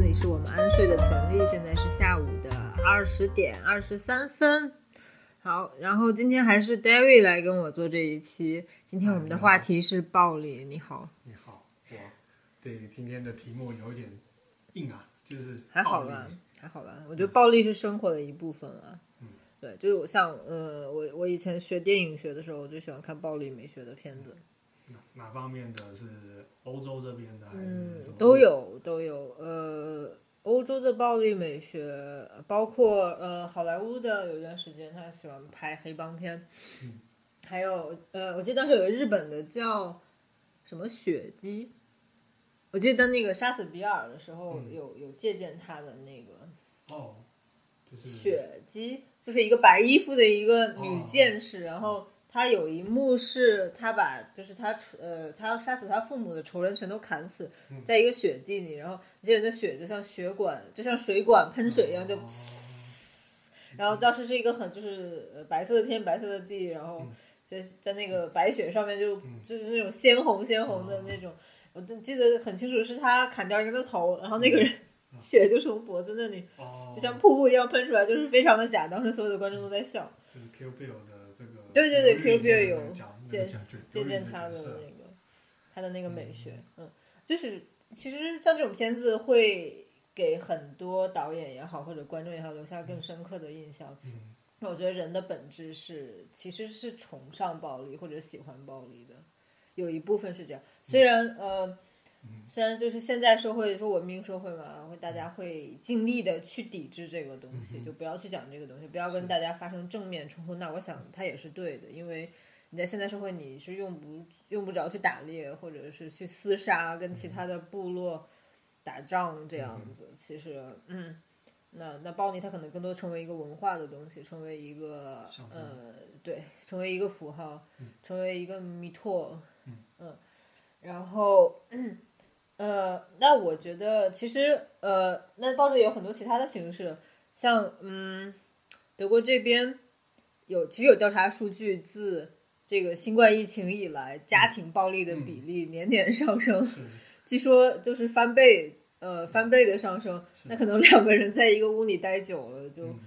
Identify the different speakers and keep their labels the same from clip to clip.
Speaker 1: 里是我们安睡的权利，现在是下午的二十点二十三分。好，然后今天还是 David 来跟我做这一期。今天我们的话题是暴力。你好，
Speaker 2: 你好，我对今天的题目有点硬啊，就是
Speaker 1: 还好
Speaker 2: 暴
Speaker 1: 吧
Speaker 2: 力，
Speaker 1: 还好吧。我觉得暴力是生活的一部分啊。
Speaker 2: 嗯
Speaker 1: 对，就是我像呃，我我以前学电影学的时候，我最喜欢看暴力美学的片子。
Speaker 2: 哪哪方面的？是欧洲这边的还
Speaker 1: 嗯
Speaker 2: 是什么？，
Speaker 1: 都。有都有。呃，欧洲的暴力美学，包括呃好莱坞的，有一段时间他喜欢拍黑帮片，
Speaker 2: 嗯
Speaker 1: 还有呃，我记得当时有个日本的叫什么雪姬，我记得那个杀死比尔的时候
Speaker 2: 嗯
Speaker 1: 有、有借鉴他的那个
Speaker 2: 哦，就是
Speaker 1: 雪姬，就是一个白衣服的一个女
Speaker 2: 哦
Speaker 1: 剑士，然后。她有一幕是她把，就是她呃，她要杀死她父母的仇人全都砍死，
Speaker 2: 嗯
Speaker 1: 在一个雪地里，然后你这人的血就像血管，就像水管喷水一样，就
Speaker 2: 哦
Speaker 1: 然后当时是一个很就是呃白色的天，白色的地，然后
Speaker 2: 嗯
Speaker 1: 在在那个白雪上面就
Speaker 2: 嗯
Speaker 1: 就是那种鲜红鲜红的
Speaker 2: 哦
Speaker 1: 那种，我就记得很清楚，是他砍掉一个人的头，然后那个
Speaker 2: 嗯
Speaker 1: 人血就从脖子那里
Speaker 2: 哦，
Speaker 1: 就像瀑布一样喷出来，就是非常的假。当时所有的观众都在笑，
Speaker 2: 就是 Q Bill 的这个
Speaker 1: 对对对
Speaker 2: 尤里
Speaker 1: Kill Bill
Speaker 2: 的那
Speaker 1: 有
Speaker 2: 个角那
Speaker 1: 借
Speaker 2: 个角角
Speaker 1: 借
Speaker 2: 尤里
Speaker 1: 鉴
Speaker 2: 的
Speaker 1: 他的
Speaker 2: 角色
Speaker 1: 那个他的那个美学，嗯，就是其实像这种片子会给很多导演也好或者观众也好留下更深刻的印象。
Speaker 2: 嗯，
Speaker 1: 那我觉得人的本质是其实是崇尚暴力或者喜欢暴力的，有一部分是这样。虽然呃
Speaker 2: 嗯，
Speaker 1: 虽然就是现在社会说文明社会嘛，会大家会尽力的去抵制这个东西，
Speaker 2: 嗯哼
Speaker 1: 就不要去讲这个东西，不要跟
Speaker 2: 是
Speaker 1: 大家发生正面冲突。那我想它也是对的，因为你在现代社会你是用不用不着去打猎或者是去厮杀，跟
Speaker 2: 嗯
Speaker 1: 其他的部落打仗这样子。其实，嗯。那那暴力它可能更多成为一个文化的东西，成为一个
Speaker 2: 象征
Speaker 1: 呃对，成为一个符号，成为一个弥托，
Speaker 2: 嗯
Speaker 1: 然后嗯呃，那我觉得其实呃，那报纸也有很多其他的形式，像嗯，德国这边有其实有调查数据，自这个新冠疫情以来，家
Speaker 2: 嗯
Speaker 1: 庭暴力的比例年年上升。
Speaker 2: 是
Speaker 1: 据说就是翻倍，呃，翻倍的上升。那可能两个人在一个屋里待久了，就
Speaker 2: 嗯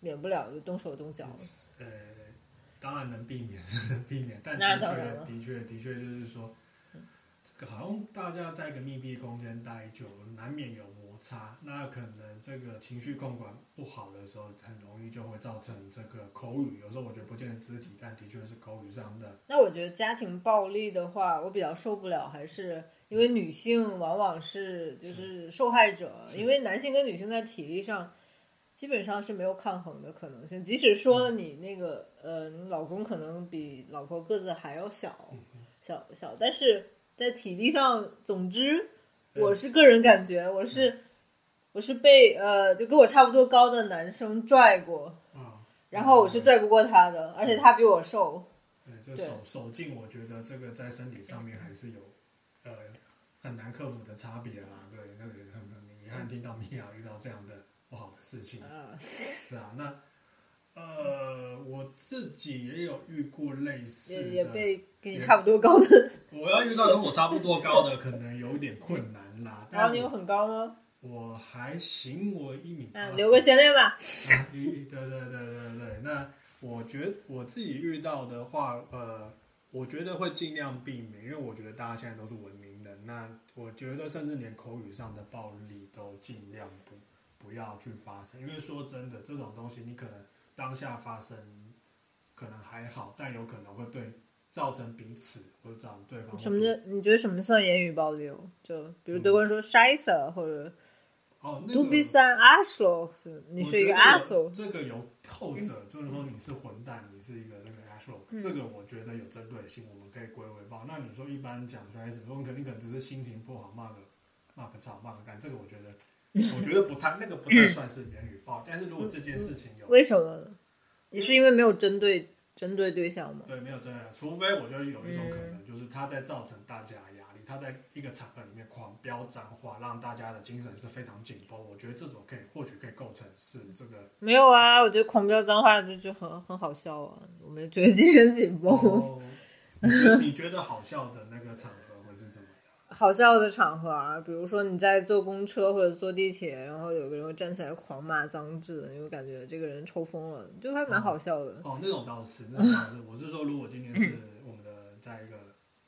Speaker 1: 免不了就动手动脚了。
Speaker 2: 呃，当然能避免 是能避免，但
Speaker 1: 那
Speaker 2: 的
Speaker 1: 当然了
Speaker 2: 确的确的确就是说，这个好像大家在一个密闭空间待久，难免有摩擦。那可能这个情绪控管不好的时候，很容易就会造成这个口语。有时候我觉得不见得肢体，但的确是口语上的。
Speaker 1: 那我觉得家庭暴力的话，我比较受不了，还是因为女性往往是就是受害者，
Speaker 2: 是
Speaker 1: 因为男性跟女性在体力上基本上是没有抗衡的可能性。即使说
Speaker 2: 嗯
Speaker 1: 你那个呃，你老公可能比老婆个子还要小，
Speaker 2: 嗯
Speaker 1: 小小，但是在体力上，总之
Speaker 2: 对嗯
Speaker 1: 我是个人感觉，我是我是被呃就跟我差不多高的男生拽过，
Speaker 2: 啊，
Speaker 1: 然后我是拽不过他的，而且他比我瘦。
Speaker 2: 对，就
Speaker 1: 对
Speaker 2: 手手劲，我觉得这个在身体上面还是有，呃，很难克服的差别啦。对，那个很很遗
Speaker 1: 嗯
Speaker 2: 憾听到米娅遇到这样的不好的事情。
Speaker 1: 啊，
Speaker 2: 是啊，那呃，我自己也有遇过类似
Speaker 1: 也
Speaker 2: 的，
Speaker 1: 也被跟你差不多高的，
Speaker 2: 我要遇到跟我差不多高的，可能有点困难啦。
Speaker 1: 然后
Speaker 2: 但
Speaker 1: 你有
Speaker 2: 我
Speaker 1: 很高吗？
Speaker 2: 我还行，我一米八
Speaker 1: 啊，
Speaker 2: 十，
Speaker 1: 留个悬念吧。
Speaker 2: 啊一对对对对对，那我觉得我自己遇到的话，呃，我觉得会尽量避免，因为我觉得大家现在都是文明人，那我觉得甚至连口语上的暴力都尽量不不要去发生，因为说真的，这种东西你可能当下发生可能还好，但有可能会对造成彼此或者造成对方
Speaker 1: 什么叫你觉得什么算言语暴力哦？就比如德国人说 “scheiße” 或者
Speaker 2: 哦那
Speaker 1: “du
Speaker 2: 个
Speaker 1: bist ein Arschloch”，就是你
Speaker 2: 我
Speaker 1: 是一个
Speaker 2: 觉得有
Speaker 1: asshole。
Speaker 2: 这个有后者，就是说你是混蛋，你是一个那个 asshole，、这
Speaker 1: 嗯
Speaker 2: 个我觉得有针对性，我们可以归为暴。那你说一般讲出来是，我肯定可能只是心情不好骂个骂个吵骂个干，这个我觉得我觉得不太那个不太算是言语暴力，但是如果这件事情有
Speaker 1: 为什么呢？你是因为没有针对针对对象吗？
Speaker 2: 对，没有这样，除非我觉得有一种可
Speaker 1: 嗯
Speaker 2: 能，就是他在造成大家的压力，他在一个场合里面狂飙脏话，让大家的精神是非常紧绷。我觉得这种可以或许可以构成是这个
Speaker 1: 没有啊，我觉得狂飙脏话就就很很好笑啊，我们觉得精神紧绷。
Speaker 2: 哦哦，你觉得你觉得好笑的那个场合会是怎么样？
Speaker 1: 好笑的场合啊，比如说你在坐公车或者坐地铁，然后有个人会站起来狂骂脏字，你就感觉这个人抽风了，就还蛮好笑的。
Speaker 2: 哦，那种倒是，那种倒是。我是说，如果今天是我们的在一个，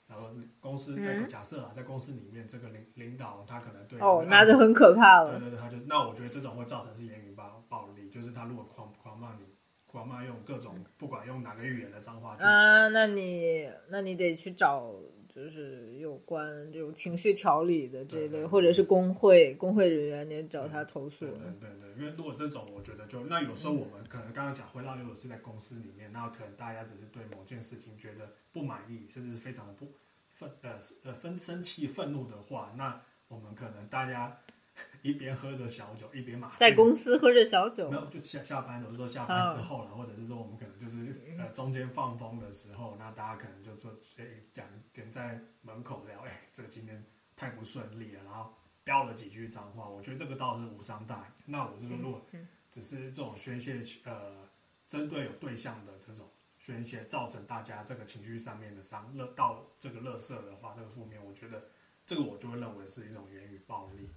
Speaker 2: 然后公司，在假设啊，在公司里面，这个领领导他可能对
Speaker 1: 嗯
Speaker 2: 嗯
Speaker 1: 哦，
Speaker 2: 这个
Speaker 1: 那就很可怕
Speaker 2: 对
Speaker 1: 了。
Speaker 2: 对对，他就那我觉得这种会造成是言语暴暴力，就是他如果狂狂骂你，狂骂用各
Speaker 1: 嗯
Speaker 2: 种不管用哪个语言的脏话去，
Speaker 1: 啊，那你那你得去找，就是有关这种情绪调理的这一
Speaker 2: 对
Speaker 1: 类，
Speaker 2: 对
Speaker 1: 或者是工会工会人员，你得找他投诉
Speaker 2: 对。对对对，因为如果这种，我觉得就那有
Speaker 1: 嗯
Speaker 2: 时候我们可能刚刚讲回到，如果是在公司里面，那可能大家只是对某件事情觉得不满意，甚至是非常的不愤呃是呃分生气愤怒的话，那我们可能大家 一边喝着小酒一边骂，
Speaker 1: 在公司喝着小酒
Speaker 2: 没，有，就下下班，我是说下班之后了，或者是说我们可能就是呃中间放风的时候，那大家可能就说诶讲点在门口聊，哎、这个今天太不顺利了，然后飙了几句脏话，我觉得这个倒是无伤大雅。那我是说，如果只是这种宣泄呃针对有对象的这种宣泄，造成大家这个情绪上面的伤乐到这个乐色的话，这个负面，我觉得这个我就会认为是一种言语暴力。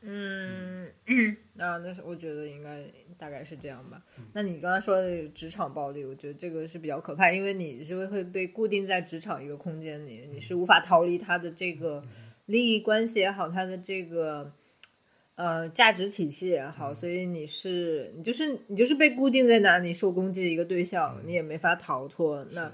Speaker 1: 嗯嗯，啊，那是我觉得应该大概是这样吧。那你刚才说的这个职场暴力，我觉得这个是比较可怕，因为你是会被固定在职场一个空间里，你是无法逃离他的这个利益关系也好，他的这个呃价值体系也好，所以你是你就是你就是被固定在哪里受攻击的一个对象，你也没法逃脱。那
Speaker 2: 是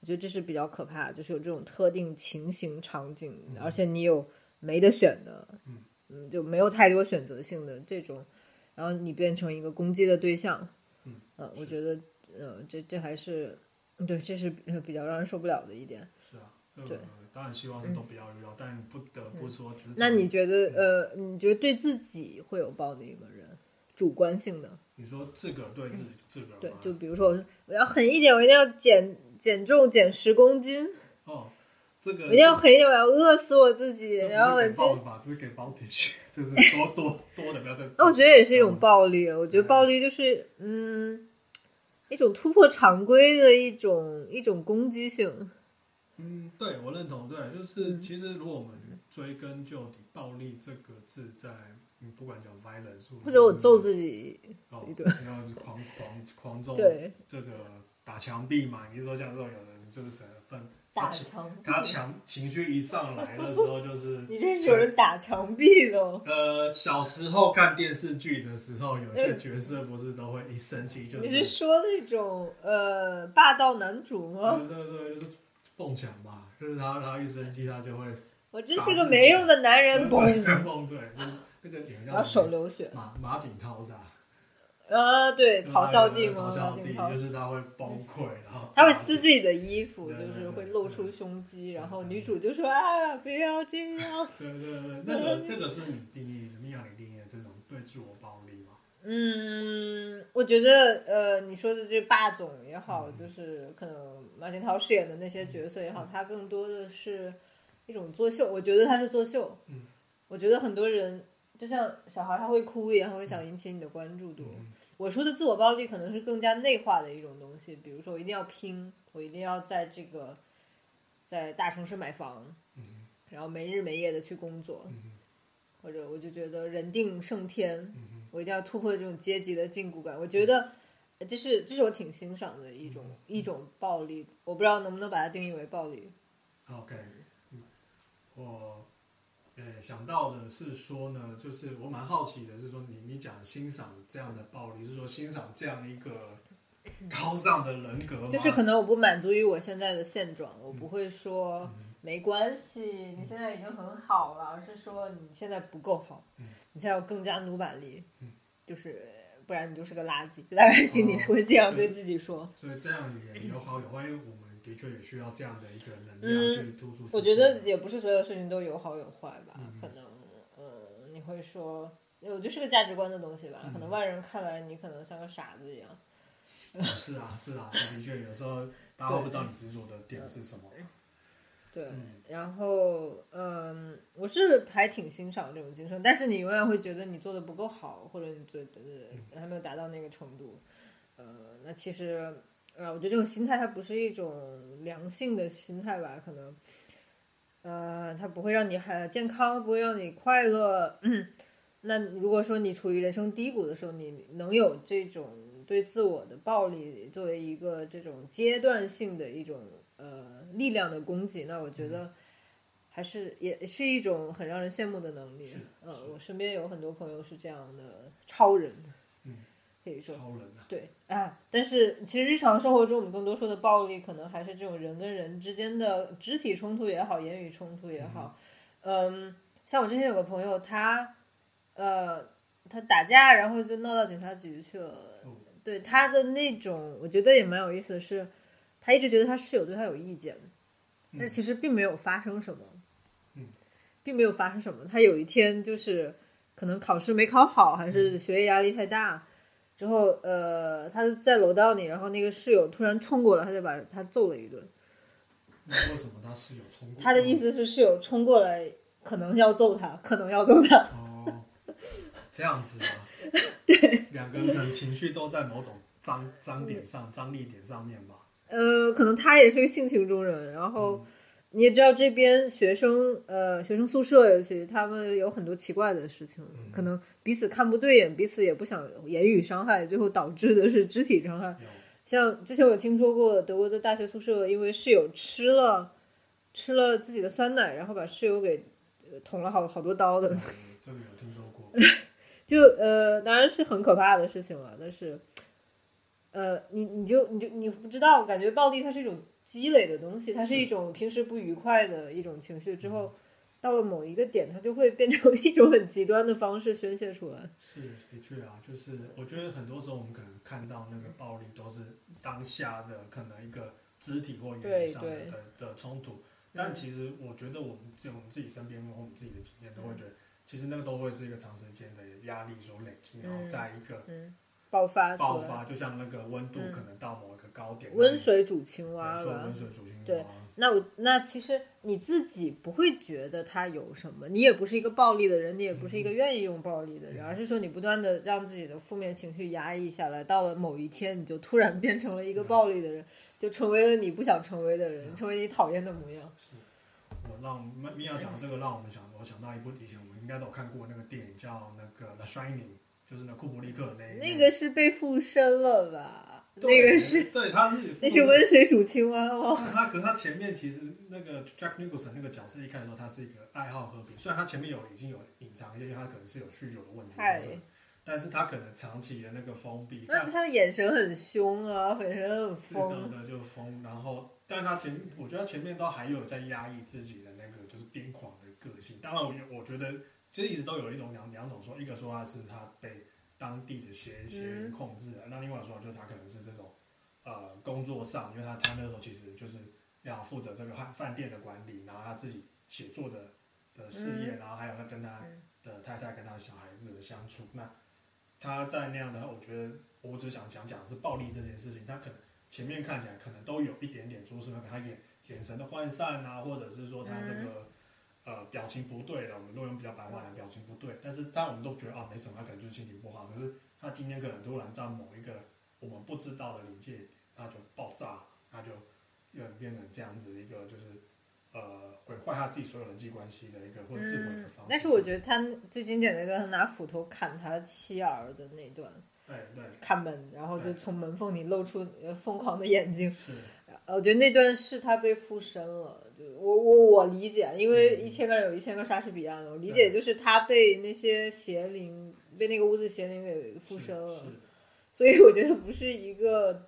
Speaker 1: 我觉得这是比较可怕，就是有这种特定情形场景，而且你有没得选的，
Speaker 2: 嗯
Speaker 1: 嗯，就没有太多选择性的这种，然后你变成一个攻击的对象，
Speaker 2: 嗯
Speaker 1: 呃，我
Speaker 2: 是
Speaker 1: 觉得，呃，这这还是，对，这是比比较让人受不了的一点。
Speaker 2: 是啊，这
Speaker 1: 对
Speaker 2: 个当然希望是都不要遇到，但不得不说职场。
Speaker 1: 那你觉
Speaker 2: 嗯
Speaker 1: 得，呃，你觉得对自己会有暴力吗？人主观性的，
Speaker 2: 你说自个儿对自自个儿吗
Speaker 1: 对，就比如说我我要狠一点，我一定要减减重减十公斤，
Speaker 2: 哦，这个
Speaker 1: 我一定要狠一点，我要饿死我自己，
Speaker 2: 这不是
Speaker 1: 然后我
Speaker 2: 给
Speaker 1: 今
Speaker 2: 报的吧，这是给包体去，就是多 多多的不要再。
Speaker 1: 那我觉得也是一种
Speaker 2: 嗯
Speaker 1: 暴力。我觉得暴力就是嗯，一种突破常规的一种一种攻击性。
Speaker 2: 嗯，对我认同，对，
Speaker 1: 嗯
Speaker 2: 就是其实如果我们追根究底，暴力这个字在嗯，不管讲 violence
Speaker 1: 或者我揍
Speaker 2: 己
Speaker 1: 自己，
Speaker 2: 哦
Speaker 1: 己对
Speaker 2: 然后狂狂狂揍
Speaker 1: 对，
Speaker 2: 这个打墙壁嘛，你是说像这种有人就是整个愤
Speaker 1: 打
Speaker 2: 他情
Speaker 1: 墙壁。
Speaker 2: 他强情绪一上来的时候就是
Speaker 1: 你认识有人打墙壁的哦？
Speaker 2: 呃，小时候看电视剧的时候，有些角色不是都会一生气就
Speaker 1: 你
Speaker 2: 是
Speaker 1: 是，说那种呃霸道男主吗？
Speaker 2: 对对对，就是蹦墙吧，就是他他一生气他就会
Speaker 1: 我真是个没用的男
Speaker 2: 嗯
Speaker 1: 人，
Speaker 2: 蹦
Speaker 1: 嘣，
Speaker 2: 蹦，对，就是那个演员
Speaker 1: 然后
Speaker 2: 叫
Speaker 1: 手
Speaker 2: 什么
Speaker 1: 流血
Speaker 2: 马马景涛是吧？
Speaker 1: 啊！对，咆哮帝
Speaker 2: 嗯咆
Speaker 1: 吗？
Speaker 2: 哮
Speaker 1: 马
Speaker 2: 帝
Speaker 1: 景涛
Speaker 2: 就是他会崩溃，然后
Speaker 1: 他会撕自己的衣服，
Speaker 2: 对
Speaker 1: 就
Speaker 2: 对
Speaker 1: 是
Speaker 2: 对
Speaker 1: 会
Speaker 2: 对
Speaker 1: 露
Speaker 2: 对
Speaker 1: 出胸肌，然后
Speaker 2: 对
Speaker 1: 女主就说啊，不要这样。
Speaker 2: 对对对，那个那个是你定义的，米娅你定义的这种对自我暴力嘛？
Speaker 1: 嗯，我觉得呃，你说的这霸总也好，就是可能马景涛饰演的那些角色也好，他更多的是一种作秀。我觉得他是作秀。
Speaker 2: 嗯，
Speaker 1: 我觉得很多人就像小孩，他会哭一样，他会想引起你的关注度。
Speaker 2: 嗯
Speaker 1: 我说的自我暴力可能是更加内化的一种东西，比如说我一定要拼，我一定要在这个在大城市买房，
Speaker 2: 嗯
Speaker 1: 然后没日没夜的去工作，
Speaker 2: 嗯
Speaker 1: 或者我就觉得人定胜天。
Speaker 2: 嗯
Speaker 1: 我一定要突破这种阶级的禁锢感。我觉得呃这是这是我挺欣赏的一种一种暴力，我不知道能不能把它定义为暴力。
Speaker 2: 嗯，OK，嗯我呃，想到的是说呢，就是我蛮好奇的，是说你你讲欣赏这样的暴力，是说欣赏这样一个高尚的人格吗？
Speaker 1: 嗯就是可能我不嗯满足于我现在的现状，我不会说没关系，你现在已经很好了，而是说你现在不够好，
Speaker 2: 嗯
Speaker 1: 你现在要更加努把力
Speaker 2: 嗯，
Speaker 1: 就是不然你就是个垃圾。就大概心里会这样哦对自己说。
Speaker 2: 所以这样也有好有坏，因为我们的确也需要这样的一个能
Speaker 1: 嗯
Speaker 2: 量去突出自己、
Speaker 1: 我觉得也不是所有事情都有好有坏吧，
Speaker 2: 嗯
Speaker 1: 可能，嗯，你会说，我觉得是个价值观的东西吧，可
Speaker 2: 嗯
Speaker 1: 能外人看来你可能像个傻子一样，
Speaker 2: 是啊是啊，的确有时候大家会不知道你执着的点是什么。
Speaker 1: 对，
Speaker 2: 嗯
Speaker 1: 然后，嗯，我是还挺欣赏这种精神，但是你永远会觉得你做的不够好，或者你做的
Speaker 2: 嗯
Speaker 1: 还没有达到那个程度，呃，那其实，呃，我觉得这种心态它不是一种良性的心态吧，可能，呃，它不会让你很健康，不会让你快乐。嗯，那如果说你处于人生低谷的时候，你能有这种对自我的暴力作为一个这种阶段性的一种呃力量的供给，那我
Speaker 2: 嗯
Speaker 1: 觉得还是也是一种很让人羡慕的能力
Speaker 2: 是。
Speaker 1: 嗯
Speaker 2: 是，
Speaker 1: 我身边有很多朋友是这样的超人，
Speaker 2: 嗯，
Speaker 1: 可以说
Speaker 2: 超人啊，
Speaker 1: 对啊，但是其实日常生活中，我们更多说的暴力，可能还是这种人跟人之间的肢体冲突也好，言语冲突也好。嗯，像我之前有个朋友，他呃，他打架，然后就闹到警察局去了。
Speaker 2: 哦
Speaker 1: 对他的那种，我觉得也蛮有意思的是，他一直觉得他室友对他有意见，但其实并没有发生什么。
Speaker 2: 嗯，
Speaker 1: 并没有发生什么。他有一天就是可能考试没考好，还是学业压力太大。之后，呃，他在楼道里，然后那个室友突然冲过来，他就把他揍了一顿。
Speaker 2: 那为什么他室友冲过？
Speaker 1: 他的意思是室友冲过来，可能要揍他，可能要揍他。
Speaker 2: 哦，这样子啊，对，两个人可能情绪都在某种张张点上、张力点上面吧。
Speaker 1: 呃，可能他也是个性情中人。然后你也知道，这边学生，呃，学生宿舍尤其他们有很多奇怪的事情，可能彼此看不对眼，彼此也不想言语伤害，最后导致的是肢体伤害。
Speaker 2: 有
Speaker 1: 像之前我听说过德国的大学宿舍，因为室友吃了吃了自己的酸奶，然后把室友给呃捅了好好多刀的，
Speaker 2: 嗯这个有听说过，
Speaker 1: 就呃当然是很可怕的事情了，但是呃你你就你就你不知道，感觉暴力它是一种积累的东西，它是一种平时不愉快的一种情绪，之后
Speaker 2: 嗯
Speaker 1: 到了某一个点，它就会变成一种很极端的方式宣泄出来。
Speaker 2: 是的确啊，就是我觉得很多时候我们可能看到那个暴力都是当下的可能一个肢体或言语上的
Speaker 1: 对嗯
Speaker 2: 的的冲突，但其实我觉得我们自己我们自己身边或我们自己的经验都会觉得，其实那个都会是一个长时间的压力所累积，然后
Speaker 1: 嗯
Speaker 2: 在一个
Speaker 1: 嗯，爆发出
Speaker 2: 爆
Speaker 1: 来，
Speaker 2: 发，就像那个温度
Speaker 1: 嗯
Speaker 2: 可能到某一个高点，
Speaker 1: 温水煮青蛙
Speaker 2: 没错，
Speaker 1: 吧。
Speaker 2: 温水煮青蛙，
Speaker 1: 对那我那其实你自己不会觉得他有什么，你也不是一个暴力的人，你也不
Speaker 2: 嗯
Speaker 1: 是一个愿意用暴力的人，而是说你不断的让自己的负面情绪压抑下来，到了某一天，你就突然变成了一个
Speaker 2: 嗯
Speaker 1: 暴力的人，就成为了你不想成为的人，成为你讨厌的模样。
Speaker 2: 是我让米米娅讲到这个，让我们想，我想到一部以前我们应该都有看过那个电影叫那个《The Shining》，就是那库布里克的那一
Speaker 1: 那
Speaker 2: 部
Speaker 1: 个是被附身了吧？那
Speaker 2: 对
Speaker 1: 个是
Speaker 2: 对，他是
Speaker 1: 那是温水煮青蛙 吗？
Speaker 2: 但他可是他前面其实那个 Jack Nicholson 那个角色一开始说他是一个爱好喝啤，虽然他前面有已经有隐藏一些，因为他可能是有酗酒的问题
Speaker 1: 嗨，
Speaker 2: 但是他可能长期的那个封闭，但
Speaker 1: 那他的眼神很凶啊，眼神很
Speaker 2: 是的
Speaker 1: 疯。
Speaker 2: 的就疯，然后，但他前，我觉得他前面都还有在压抑自己的那个就是癫狂的个性。当然我觉，我觉得其实一直都有一种两两种说，一个说他是他被当地的邪邪灵控制了，那另外说就是他可能是这种呃工作上，因为他他那时候其实就是要负责这个饭饭店的管理，然后他自己写作的的事业，然后还有他跟他的太太跟他小孩子的相处，那他在那样的，我觉得我只想想讲的是暴力这件事情，他可能前面看起来可能都有一点点蛛丝马迹，他眼眼神的涣散啊，或者是说他这
Speaker 1: 嗯
Speaker 2: 个、呃表情不对了，我们都用比较白话来表情不对，但是当我们都觉得啊没什么，他可能就是心情不好，可是他今天可能突然在某一个我们不知道的临界，他就爆炸，他就有变成这样子一个就是。呃，毁坏他自己所有人际关系的一个或自毁的方式。
Speaker 1: 嗯但是我觉得他最经典的一段，他拿斧头砍他妻儿的那段，
Speaker 2: 对对，
Speaker 1: 看门，然后就从门缝里露出呃疯狂的眼睛。
Speaker 2: 是，
Speaker 1: 呃我觉得那段是他被附身了，就我我我理解，因为
Speaker 2: 嗯
Speaker 1: 一千个人有一千个莎士比亚嘛，我理解就是他被那些邪灵，被那个屋子邪灵给附身了，
Speaker 2: 是，是
Speaker 1: 所以我觉得不是一个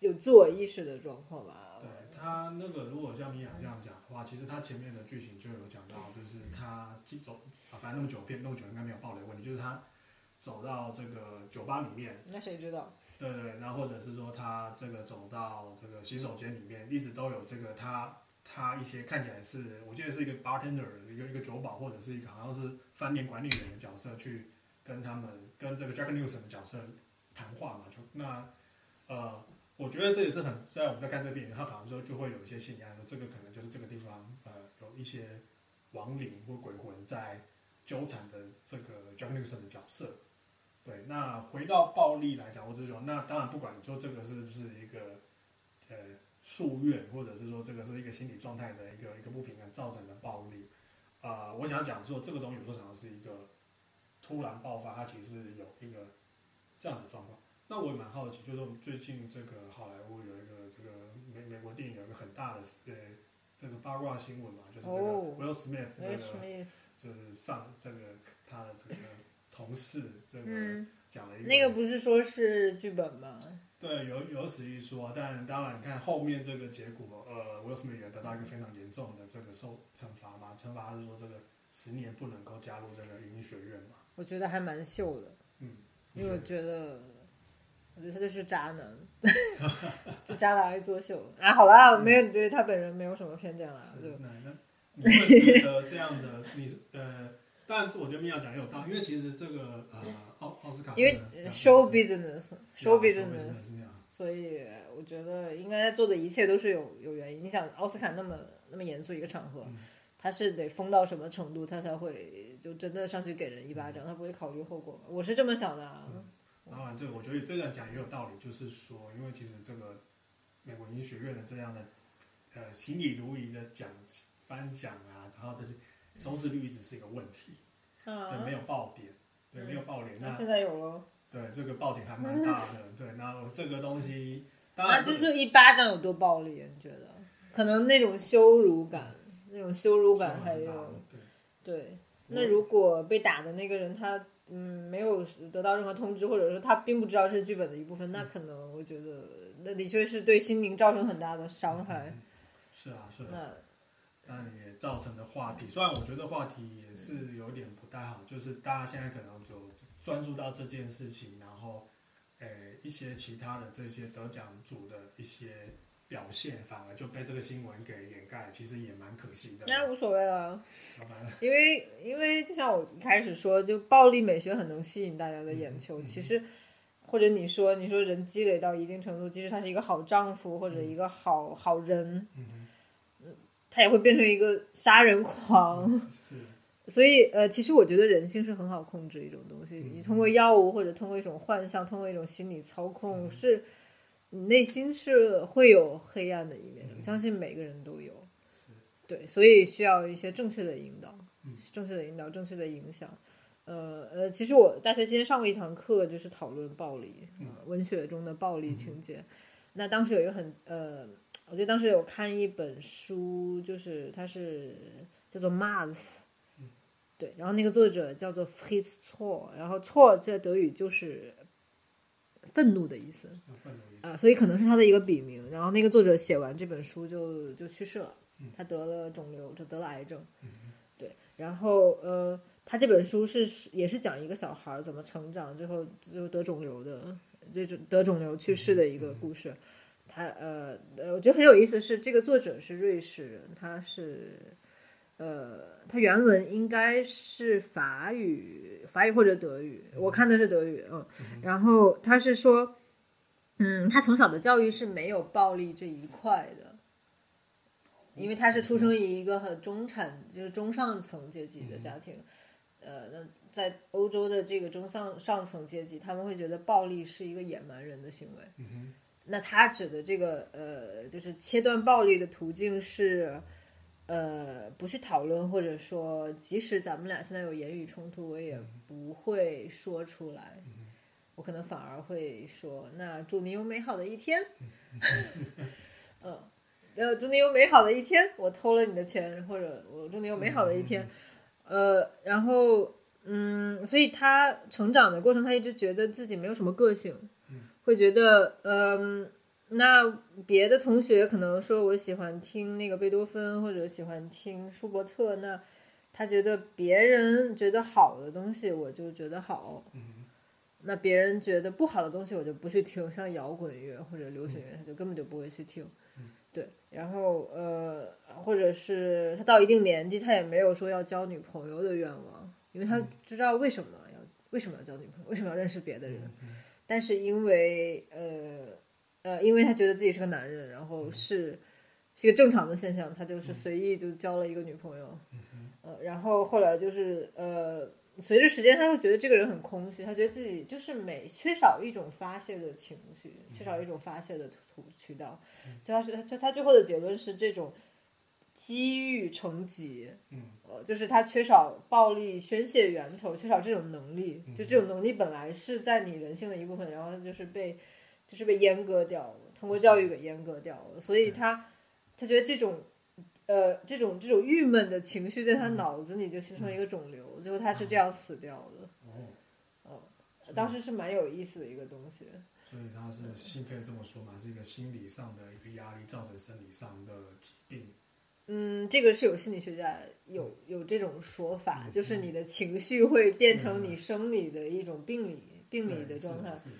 Speaker 1: 有自我意识的状况吧。
Speaker 2: 对他那个，如果像米娅这样讲的话，其实他前面的剧情就有讲到，就是他进走啊，反正那么久片那么久应该没有暴雷问题，就是他走到这个酒吧里面，
Speaker 1: 那谁知道？
Speaker 2: 对对，然后或者是说他这个走到这个洗手间里面，一直都有这个他他一些看起来是，我记得是一个 bartender，一个一个酒保或者是一个好像是饭店管理员的角色去跟他们跟这个 Jack Nicholson 的角色谈话嘛，就那呃，我觉得这也是很在我们在看这个电影，他好像说就会有一些信仰，说这个可能就是这个地方呃有一些亡灵或鬼魂在纠缠的这个 Jack Nicholson 的角色。对，那回到暴力来讲，我只是说，那当然不管你说这个是不是一个呃夙愿，或者是说这个是一个心理状态的一个一个不平衡造成的暴力。啊、我想讲说这个东西有时候常常是一个突然爆发，它其实有一个这样的状况。那我也蛮好奇，就是我们最近这个好莱坞有一个这个美美国电影有一个很大的呃这个八卦新闻嘛，就是这个
Speaker 1: 哦
Speaker 2: Will Smith 这
Speaker 1: 那
Speaker 2: 个
Speaker 1: 什么意思？
Speaker 2: 就是上这个他的这个同事这个
Speaker 1: 嗯，
Speaker 2: 讲了一
Speaker 1: 那个不是说是剧本吗？
Speaker 2: 对，有有此一说，啊但当然，你看后面这个结果，呃，Will Smith 也得到一个非常严重的这个受惩罚嘛，惩罚是说这个十年不能够加入这个影艺学院嘛，
Speaker 1: 我觉得还蛮秀的，
Speaker 2: 嗯，
Speaker 1: 因为我觉得，我觉得他就是渣男， 就渣男爱作秀啊。好啦，我没有对他本人没有什么偏见啦，
Speaker 2: 是
Speaker 1: 就
Speaker 2: 那那你会觉得这 样的你呃，但我觉得米娅讲也有道理，因为其实这个呃奥奥斯卡
Speaker 1: 因为
Speaker 2: 这
Speaker 1: 呃
Speaker 2: 个
Speaker 1: show business show
Speaker 2: 对啊
Speaker 1: business，
Speaker 2: 是这样，
Speaker 1: 所以我觉得应该做的一切都是有有原因。你想奥斯卡那么那么严肃一个场合
Speaker 2: 嗯，
Speaker 1: 他是得疯到什么程度，他才会就真的上去给人一巴掌？他不会考虑后果吗？我是这么想的啊。
Speaker 2: 嗯当然，对，我觉得这样讲也有道理，就是说，因为其实这个美国医学院的这样的呃行礼如仪的奖颁奖啊，然后这些
Speaker 1: 嗯
Speaker 2: 收视率一直是一个问题，对，没
Speaker 1: 啊，
Speaker 2: 有爆点，对，
Speaker 1: 嗯
Speaker 2: 没有爆点，
Speaker 1: 那
Speaker 2: 那
Speaker 1: 现在有了。
Speaker 2: 对这个爆点还蛮大的，对，那我这个东西当
Speaker 1: 那
Speaker 2: 然
Speaker 1: 这
Speaker 2: 这
Speaker 1: 就一巴掌有多暴力？啊你觉得？可能那种羞辱感，那种羞辱感还
Speaker 2: 是蛮大的
Speaker 1: 有
Speaker 2: 对，
Speaker 1: 对。那如果被打的那个人他嗯没有得到任何通知，或者说他并不知道这是剧本的一部分，那
Speaker 2: 嗯
Speaker 1: 可能我觉得那的确是对心灵造成很大的伤害。
Speaker 2: 嗯是啊是啊，
Speaker 1: 那
Speaker 2: 但也造成的话题，虽然我觉得话题也是有点不太好，就是大家现在可能就专注到这件事情，然后，呃，一些其他的这些得奖组的一些表现，反而就被这个新闻给掩盖，其实也蛮可惜的。
Speaker 1: 那无所谓了，
Speaker 2: 老板，
Speaker 1: 因为因为就像我一开始说，就暴力美学很能吸引大家的眼球。
Speaker 2: 嗯嗯
Speaker 1: 其实，或者你说你说人积累到一定程度，即使他是一个好丈夫或者一个好好人，
Speaker 2: 嗯，
Speaker 1: 他也会变成一个杀人狂。
Speaker 2: 是，
Speaker 1: 所以，呃，其实我觉得人性是很好控制一种东西。
Speaker 2: 嗯
Speaker 1: 你通过药物，或者通过一种幻象，通过一种心理操控，是你内心是会有黑暗的一面。我相信每个人都有
Speaker 2: 嗯是。
Speaker 1: 对，所以需要一些正确的引导
Speaker 2: 嗯，
Speaker 1: 正确的引导，正确的影响。呃呃，其实我大学期间上过一堂课，就是讨论暴力，
Speaker 2: 嗯
Speaker 1: 呃文学中的暴力情节。那当时有一个很呃，我记得当时有看一本书，就是它是叫做 Mars，
Speaker 2: 嗯
Speaker 1: 对，然后那个作者叫做 Fritz Zor，然后 Zor 这德语就是愤怒的意思
Speaker 2: 那更有意
Speaker 1: 啊、
Speaker 2: 思。
Speaker 1: 所以可能是他的一个笔名。然后那个作者写完这本书就就去世了
Speaker 2: 嗯，
Speaker 1: 他得了肿瘤，就得了癌症。
Speaker 2: 嗯
Speaker 1: 对，然后呃，他这本书是是也是讲一个小孩儿怎么成长，最后就得肿瘤的，这种得肿瘤去世的一
Speaker 2: 嗯
Speaker 1: 个故事。他呃呃，我觉得很有意思是这个作者是瑞士人，他是呃，他原文应该是法语，法语或者德语，我看的是德语，嗯，然后他是说，嗯，他从小的教育是没有暴力这一块的，因为他是出生于一个很中产，就是中上层阶级的家庭，呃，那在欧洲的这个中上上层阶级，他们会觉得暴力是一个野蛮人的行为。
Speaker 2: 嗯
Speaker 1: 那他指的这个呃，就是切断暴力的途径是，呃，不去讨论，或者说，即使咱们俩现在有言语冲突，我也不会说出来，我可能反而会说，那祝你有美好的一天，嗯，呃，祝你有美好的一天，我偷了你的钱，或者我祝你有美好的一天，呃，然后。嗯，所以他成长的过程，他一直觉得自己没有什么个性，会觉得，嗯，那别的同学可能说我喜欢听那个贝多芬或者喜欢听舒伯特，那他觉得别人觉得好的东西我就觉得好，
Speaker 2: 嗯
Speaker 1: 那别人觉得不好的东西我就不去听，像摇滚乐或者流行乐，他就根本就不会去听。对，然后呃，或者是他到一定年纪，他也没有说要交女朋友的愿望，因为他知道为什么要、为什么要交女朋友，为什么要认识别
Speaker 2: 嗯
Speaker 1: 的人。但是因为呃呃，因为他觉得自己是个男人，然后是、是一个正常的现象，他就是随意就交了一个女朋友，呃，然后后来就是呃，随着时间，他会觉得这个人很空虚，他觉得自己就是没缺少一种发泄的情绪，缺少一种发泄的途渠道。就他是他，就他最后的结论是这种积郁成疾，
Speaker 2: 嗯，
Speaker 1: 呃，就是他缺少暴力宣泄源头，缺少这种能力。就这种能力本来是在你人性的一部分，然后就是被就是被阉割掉了，通过教育给阉割掉了。所以他他觉得这种呃，这种这种郁闷的情绪在他脑子里就形成了一个肿瘤，最后他是这样死掉的。
Speaker 2: 哦，
Speaker 1: 呃当时是蛮有意思的一个东西。
Speaker 2: 所以他是心可以这么说嘛，是一个心理上的一个压力造成生理上的疾病。
Speaker 1: 嗯，这个是有心理学家有有这种说法，就是你的情绪会变成你生理的一种病理病理
Speaker 2: 对
Speaker 1: 的
Speaker 2: 是
Speaker 1: 状态。
Speaker 2: 是的，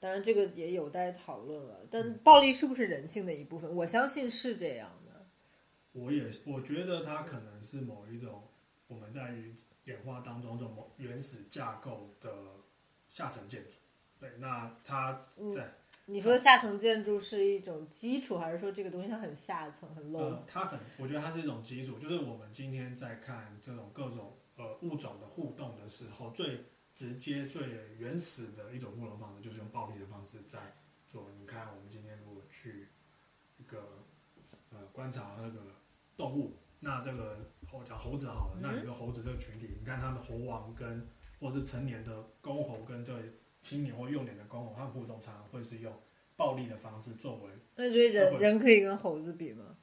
Speaker 1: 当然，这个也有待讨论了。但暴力是不是人性的一部分？我相信是这样的。
Speaker 2: 我也我觉得它可能是某一种我们在于演化当中这种某原始架构的下层建筑。对，那它
Speaker 1: 嗯
Speaker 2: 在、
Speaker 1: 你说的下层建筑是一种基础，还是说这个东西它很下层、很 low？、
Speaker 2: 呃，它很，我觉得它是一种基础，就是我们今天在看这种各种呃物种的互动的时候，最直接、最原始的一种互动方式，就是用暴力的方式在做。你看，我们今天如果去一个呃观察那个动物，那这个猴讲猴子好了，那你说猴子这个群体，你看它们猴王跟或是成年的公猴跟这青年或幼年的公猴，它们互动常常会是用暴力的方式作为
Speaker 1: 那你觉得
Speaker 2: 社
Speaker 1: 人
Speaker 2: 会
Speaker 1: 人可以跟猴子比吗？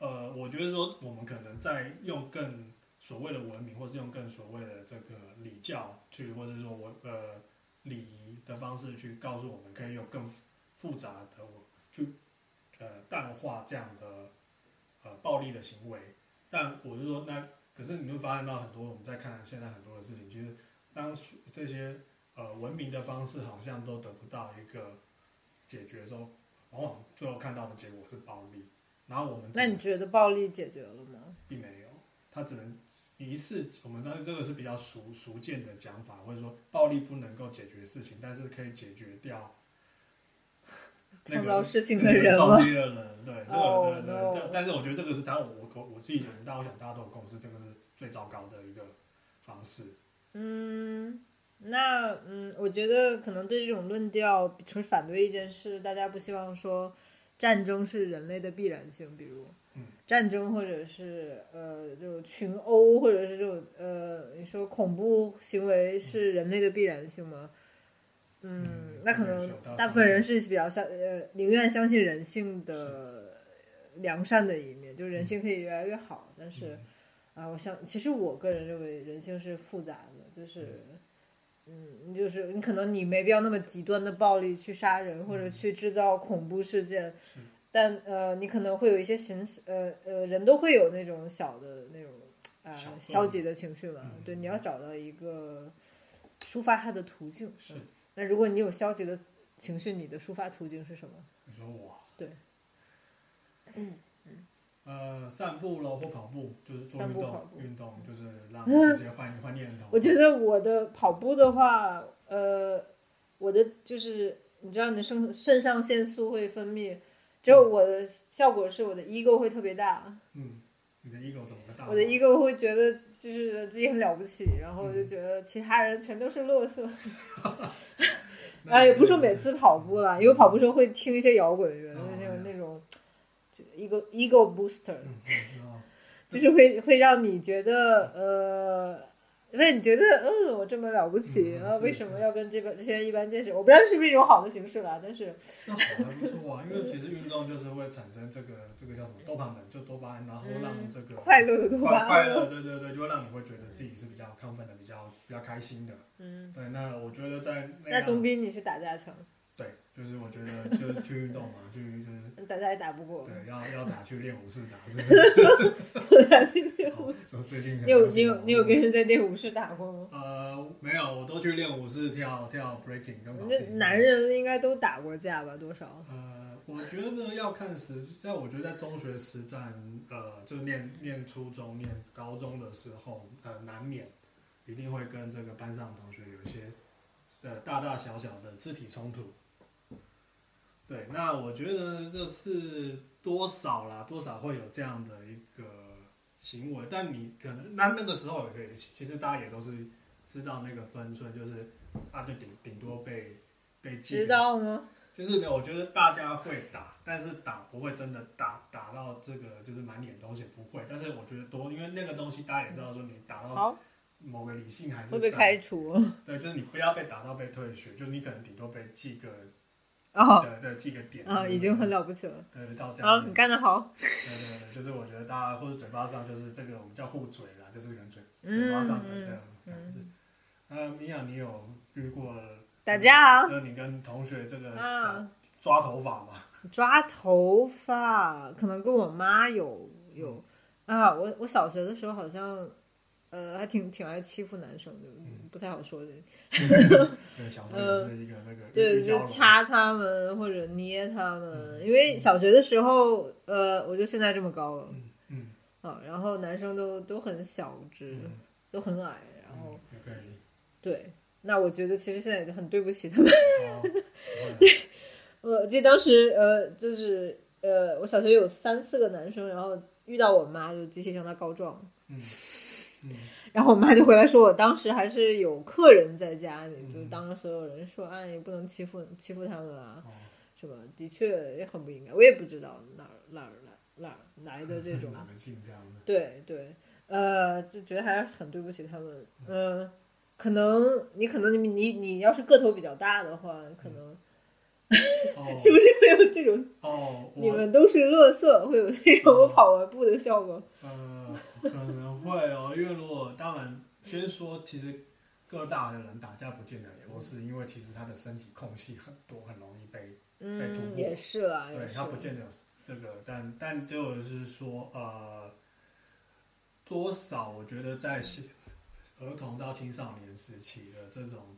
Speaker 2: 呃，我觉得说我们可能在用更所谓的文明，或是用更所谓的这个礼教去，或者说我呃礼仪的方式去告诉我们，可以有更复复杂的我去呃淡化这样的呃暴力的行为。但我是说，那可是你会发现到很多我们在看现在很多的事情，其实当所这些呃文明的方式好像都得不到一个解决的时候，往往最后看到的结果是暴力。然后我们只
Speaker 1: 那
Speaker 2: 能
Speaker 1: 你觉得暴力解决了吗？
Speaker 2: 并没有，它只能一次。我们当然这个是比较俗俗见的讲法，或者说暴力不能够解决事情，但是可以解决 掉那
Speaker 1: 创
Speaker 2: 个
Speaker 1: 造事情的人
Speaker 2: 造
Speaker 1: 吗？
Speaker 2: 业的人，对，这个
Speaker 1: 哦
Speaker 2: 对对
Speaker 1: no
Speaker 2: 对。但但是我觉得这个是当然我我我自己觉得，但我想大家都有共识，这个是最糟糕的一个方式。
Speaker 1: 嗯，那嗯，我觉得可能对这种论调持反对意见是，大家不希望说战争是人类的必然性，比如
Speaker 2: 嗯
Speaker 1: 战争或者是呃这种群殴，或者是这种呃你说恐怖行为是人类的必然性吗？嗯
Speaker 2: 嗯，
Speaker 1: 那可
Speaker 2: 这个
Speaker 1: 能
Speaker 2: 是有大
Speaker 1: 大部分人是比较相呃宁愿相信人性的良善的一面，就是人性可以越来越好，但是。
Speaker 2: 嗯
Speaker 1: 啊，我想，其实我个人认为人性是复杂的，就是，嗯，你就是你可能你没必要那么极端的暴力去杀人或者去制造恐怖事件，
Speaker 2: 嗯是
Speaker 1: 但呃，你可能会有一些形式，呃呃，人都会有那种小的那种啊、
Speaker 2: 小恶
Speaker 1: 消极的情绪嘛，
Speaker 2: 嗯
Speaker 1: 对，你要找到一个抒发它的途径。
Speaker 2: 是
Speaker 1: 嗯，那如果你有消极的情绪，你的抒发途径是什么？
Speaker 2: 你说我
Speaker 1: 对，
Speaker 2: 呃，散步喽或跑步，就是做
Speaker 1: 散
Speaker 2: 运
Speaker 1: 步跑
Speaker 2: 动，
Speaker 1: 步
Speaker 2: 运动就是让这些换换念头。
Speaker 1: 我觉得我的跑步的话，呃，我的就是你知道，你的肾肾上腺素会分泌，就我的效果是我的 ego 会特别大，
Speaker 2: 嗯，你的 ego 怎么个大？
Speaker 1: 我的 ego 会觉得就是自己很了不起，然后
Speaker 2: 嗯
Speaker 1: 就觉得其他人全都是垃圾。
Speaker 2: 那
Speaker 1: 哎，
Speaker 2: 你
Speaker 1: 也不是
Speaker 2: 就
Speaker 1: 说每次跑步啦，因为跑步时候会听一些摇滚乐，
Speaker 2: 哦
Speaker 1: 就是那种
Speaker 2: 哎
Speaker 1: 那种就 ego ego booster，
Speaker 2: 嗯嗯哦
Speaker 1: 就是会会让你觉得呃，让你觉得嗯，我这么了不起
Speaker 2: 嗯
Speaker 1: 啊，
Speaker 2: 是
Speaker 1: 为
Speaker 2: 是
Speaker 1: 什么要跟这个这些一般见识？我不知道是不是一种好的形式啦，但是
Speaker 2: 那好还不错啊，因为其实运动就是会产生这个这个叫什么多巴胺，就多巴胺，然后让这个
Speaker 1: 嗯快乐的多巴
Speaker 2: 快快乐，
Speaker 1: 胺，
Speaker 2: 对对对，就会让你会觉得自己是比较亢奋的，比较比较开心的。
Speaker 1: 嗯，
Speaker 2: 对，那我觉得在
Speaker 1: 那
Speaker 2: 那样
Speaker 1: 总比你去打架强，
Speaker 2: 对，就是我觉得 就是去运动嘛，去就是
Speaker 1: 嗯打架也打不过。
Speaker 2: 对，要要打去练武士打， 是不是？好所以最近很
Speaker 1: 你有
Speaker 2: 流
Speaker 1: 你
Speaker 2: 行嗯
Speaker 1: 有
Speaker 2: 跑步
Speaker 1: 你有跟人在练武士打过吗？
Speaker 2: 呃没有，我都去练武士跳跳 breaking 跟跑
Speaker 1: 那
Speaker 2: 步
Speaker 1: 男人应该都打过架吧？多少？
Speaker 2: 呃，我觉得要看时，呃在我觉得在中学时段，呃，就念念初中、念高中的时候，呃，难免一定会跟这个班上同学有一些呃大大小小的肢体冲突。对，那我觉得这是多少啦，多少会有这样的一个行为，但你可能那那个时候也可以，其实大家也都是知道那个分寸，就是啊，就顶顶多被被记
Speaker 1: 知
Speaker 2: 个
Speaker 1: 道吗？
Speaker 2: 就是没有，我觉得大家会打，但是打不会真的打打到这个就是满脸都是不会。但是我觉得多，因为那个东西大家也知道，说你打到
Speaker 1: 好，
Speaker 2: 某个理性还是
Speaker 1: 会被
Speaker 2: 在
Speaker 1: 开除
Speaker 2: 对，就是你不要被打到被退学，就是你可能顶多被记个
Speaker 1: 哦
Speaker 2: 对对记个点
Speaker 1: 啊，已经很哦了不起了。
Speaker 2: 对对到这样
Speaker 1: 好，
Speaker 2: 子。
Speaker 1: 你干得好，
Speaker 2: 对对对，就是我觉得大家或者嘴巴上就是这个我们叫互嘴啦，就是可能嘴
Speaker 1: 嗯
Speaker 2: 嘴巴上的这样感觉。呃，米娅，你有遇过
Speaker 1: 打架啊
Speaker 2: 就是你跟同学这个
Speaker 1: 啊，
Speaker 2: 抓头发吗？
Speaker 1: 抓头发可能跟我妈有
Speaker 2: 嗯
Speaker 1: 有啊，我我小学的时候好像。呃，还挺挺爱欺负男生的，
Speaker 2: 嗯
Speaker 1: 不太好说的。
Speaker 2: 对，小时候也是一个那个
Speaker 1: 呃对，
Speaker 2: 一交
Speaker 1: 就
Speaker 2: 流
Speaker 1: 掐他们或者捏他
Speaker 2: 嗯
Speaker 1: 们，因为小学的时候，呃，我就现在这么高了，
Speaker 2: 嗯嗯
Speaker 1: 啊，然后男生都都很小只，
Speaker 2: 嗯，
Speaker 1: 都很矮，然后
Speaker 2: 也嗯可以。
Speaker 1: 对，那我觉得其实现在也就很对不起他们。
Speaker 2: 哦不会
Speaker 1: 我记得当时呃，就是呃，我小学有三四个男生，然后遇到我妈就集体向她告状，
Speaker 2: 嗯嗯
Speaker 1: 然后我妈就回来说我当时还是有客人在家，你就
Speaker 2: 嗯
Speaker 1: 当着所有人说，哎，你不能欺负欺负他们啊，
Speaker 2: 哦
Speaker 1: 什么的确也很不应该，我也不知道哪儿哪儿哪儿哪儿来的这 种
Speaker 2: 哪个性这样的？
Speaker 1: 对对，呃，就觉得还是很对不起他们。嗯、可能你可能你你你要是个头比较大的话，可能、
Speaker 2: 哦
Speaker 1: 是不是会有这种
Speaker 2: 哦，
Speaker 1: 你
Speaker 2: 我
Speaker 1: 们都是垃圾，会有这种我跑完步的效果？
Speaker 2: 呃，可能会哦，因为如果当然先说，其实各大的人打架不见得也都是因为其实他的身体空隙很多，很容易被被突
Speaker 1: 嗯，
Speaker 2: 破
Speaker 1: 也是啦，也
Speaker 2: 哎对
Speaker 1: 是
Speaker 2: 他。不见得有这个，但但就是说呃，多少我觉得在小儿童到青少年时期的这种，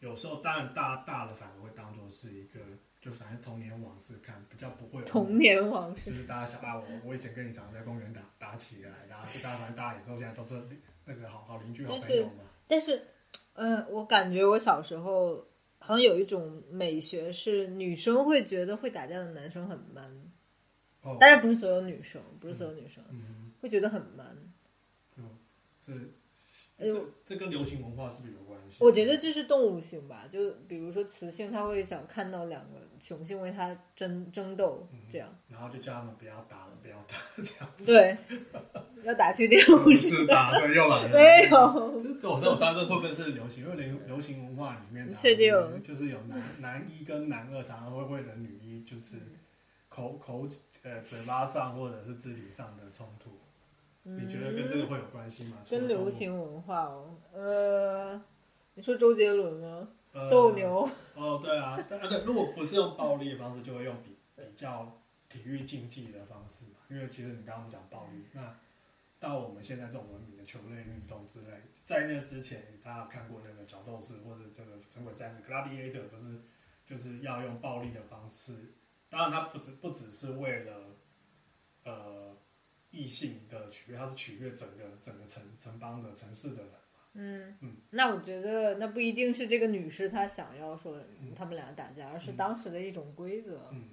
Speaker 2: 有时候当然大大了反而会当做是一个，就反正童年往事看，比较不会有那种
Speaker 1: 童年往事
Speaker 2: 就，是大家想啊，我我以前跟你常常在公园打打起来，然后大家反正大家也都现在都是那个好好邻居、好朋友嘛。
Speaker 1: 但是，呃，我感觉我小时候好像有一种美学是女生会觉得会打架的男生很 man，
Speaker 2: 哦，
Speaker 1: 当然不是所有女生，不是所有女生、
Speaker 2: 嗯，
Speaker 1: 会觉得很 man。
Speaker 2: 是
Speaker 1: 哎呦
Speaker 2: 这这跟流行文化是不是有关系？
Speaker 1: 我觉得这是动物性吧，就比如说雌性，它会想看到两个雄性为它争争斗，这样、
Speaker 2: 然后就叫他们不要打了，不要打了这样。
Speaker 1: 对，要打去电
Speaker 2: 不
Speaker 1: 武士。
Speaker 2: 是打，对，又来了。
Speaker 1: 没有，
Speaker 2: 这这我知道，我知道这会不会是流行？因为流流行文化里面，
Speaker 1: 你确定哦
Speaker 2: 就是有男男一跟男二常常会为了女一就是口口呃嘴巴上或者是肢体上的冲突。你觉得跟这个会有关系吗？
Speaker 1: 真嗯
Speaker 2: 除了动
Speaker 1: 流
Speaker 2: 物，
Speaker 1: 行文化哦。呃，你说周杰伦吗？
Speaker 2: 呃
Speaker 1: 斗。 牛，
Speaker 2: 哦，对啊，但啊对，如果不是用暴力的方式，就会用比比较体育竞技的方式嘛。因为其实你刚刚讲暴力，那到我们现在这种文明的球类运动之类，在那之前，大家有看过那个角斗士或者这个神鬼战士 （Gladiator） 不是就是要用暴力的方式？当然，它不只不只是为了呃异性的取悦，它是取悦整个整个城城邦的城市的人。
Speaker 1: 嗯
Speaker 2: 嗯，
Speaker 1: 那我觉得那不一定是这个女士她想要说他们俩打架，而是当时的一种规则。
Speaker 2: 嗯，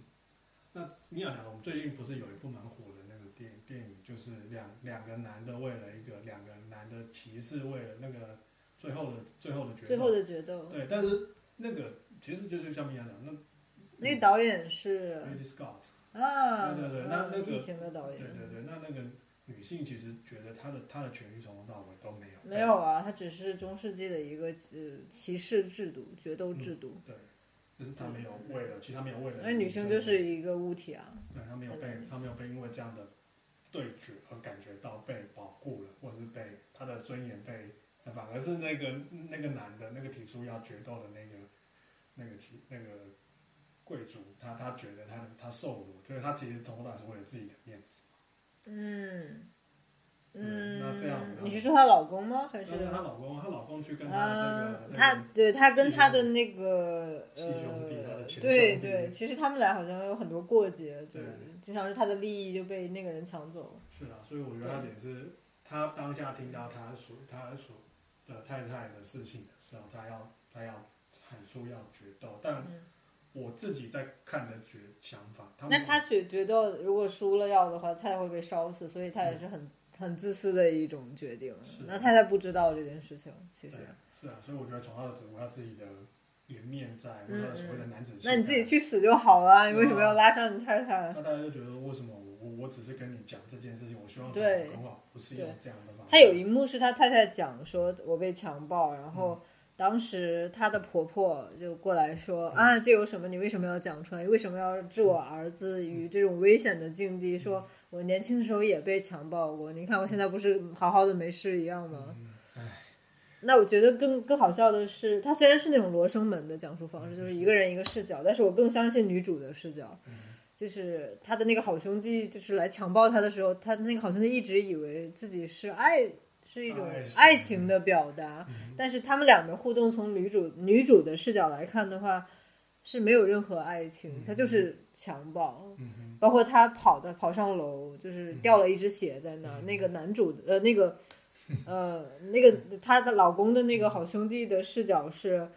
Speaker 2: 那你想想，我们最近不是有一部蛮火的那个电电影，就是两两个男的为了一个两个男的骑士为了那个最后的最后的决
Speaker 1: 最后的决斗，
Speaker 2: 对，但是那个其实就是像米娅讲，那
Speaker 1: 那个导演是
Speaker 2: Lady Scott，
Speaker 1: 啊，
Speaker 2: 嗯对对对那
Speaker 1: 啊
Speaker 2: 那个
Speaker 1: 异形的导
Speaker 2: 对
Speaker 1: 演，
Speaker 2: 对对，那那个女性其实觉得她的她的权益从头到尾都没有
Speaker 1: 没有啊，它只是中世纪的一个呃骑士制度、决斗制度。
Speaker 2: 对，就是她没有为了，其实她没有为了
Speaker 1: 那女性就是一个物体啊，
Speaker 2: 对他没有被他没有被因为这样的对决而感觉到被保护了，或是被他的尊严被，反而是那个那个男的那个提出要决斗的那个那个其那个贵族，他他觉得他他受辱，就是他其实从头到尾是为了自己的面子。
Speaker 1: 嗯
Speaker 2: 嗯那这样我
Speaker 1: 嗯
Speaker 2: 们，
Speaker 1: 你是说她老公吗？还
Speaker 2: 但
Speaker 1: 是
Speaker 2: 是她老公，她老公去跟她的
Speaker 1: 啊
Speaker 2: 这个、？
Speaker 1: 她
Speaker 2: 这
Speaker 1: 对
Speaker 2: 个
Speaker 1: 她跟
Speaker 2: 继
Speaker 1: 她
Speaker 2: 兄
Speaker 1: 的那个
Speaker 2: 继兄弟她
Speaker 1: 呃
Speaker 2: 的前，
Speaker 1: 对
Speaker 2: 兄弟
Speaker 1: 对，其实他们俩好像有很多过节，就
Speaker 2: 对
Speaker 1: 经常是她的利益就被那个人抢走。
Speaker 2: 是啊，所以我觉得他也是，他当下听到他所他所的太太的事情的时候，他要他要喊出要决斗，但
Speaker 1: 嗯
Speaker 2: 我自己在看的决想法，他们
Speaker 1: 那她决决斗如果输了要的话，太太会被烧死，所以她也是很很自私的一种决定
Speaker 2: 是。
Speaker 1: 那太太不知道这件事情，其实
Speaker 2: 对。是啊，所以我觉得崇高的只顾他自己的颜面在，或
Speaker 1: 嗯
Speaker 2: 者所谓的男子气概。
Speaker 1: 那你自己啊去死就好了，你为什么要
Speaker 2: 嗯
Speaker 1: 拉上你太太？
Speaker 2: 那大家就觉得为什么我我我只是跟你讲这件事情，我希望
Speaker 1: 对
Speaker 2: 很好，不是用
Speaker 1: 对
Speaker 2: 这样的方法。
Speaker 1: 他有一幕是他太太讲说，我被强暴，然
Speaker 2: 嗯
Speaker 1: 后当时她的婆婆就过来说、
Speaker 2: 嗯
Speaker 1: 啊，这有什么？你为什么要讲出来？你为什么要置我儿子于这种危险的境地？
Speaker 2: 嗯
Speaker 1: 说我年轻的时候也被强暴过，你看我现在不是好好的没事一样吗？
Speaker 2: 嗯，哎，
Speaker 1: 那我觉得更更好笑的是，他虽然是那种罗生门的讲述方式，就是一个人一个视角，但是我更相信女主的视角。
Speaker 2: 嗯
Speaker 1: 就是他的那个好兄弟，就是来强暴他的时候，他那个好兄弟一直以为自己是爱，是一种
Speaker 2: 爱情嗯
Speaker 1: 爱情的表达，但是他们俩的互动，从女主女主的视角来看的话，是没有任何爱情，他就是强暴。
Speaker 2: 嗯哼，
Speaker 1: 包括他跑的跑上楼，就是掉了一只鞋在那儿。那个男主呃，那个 呃，那个她的老公的那个好兄弟的视角是，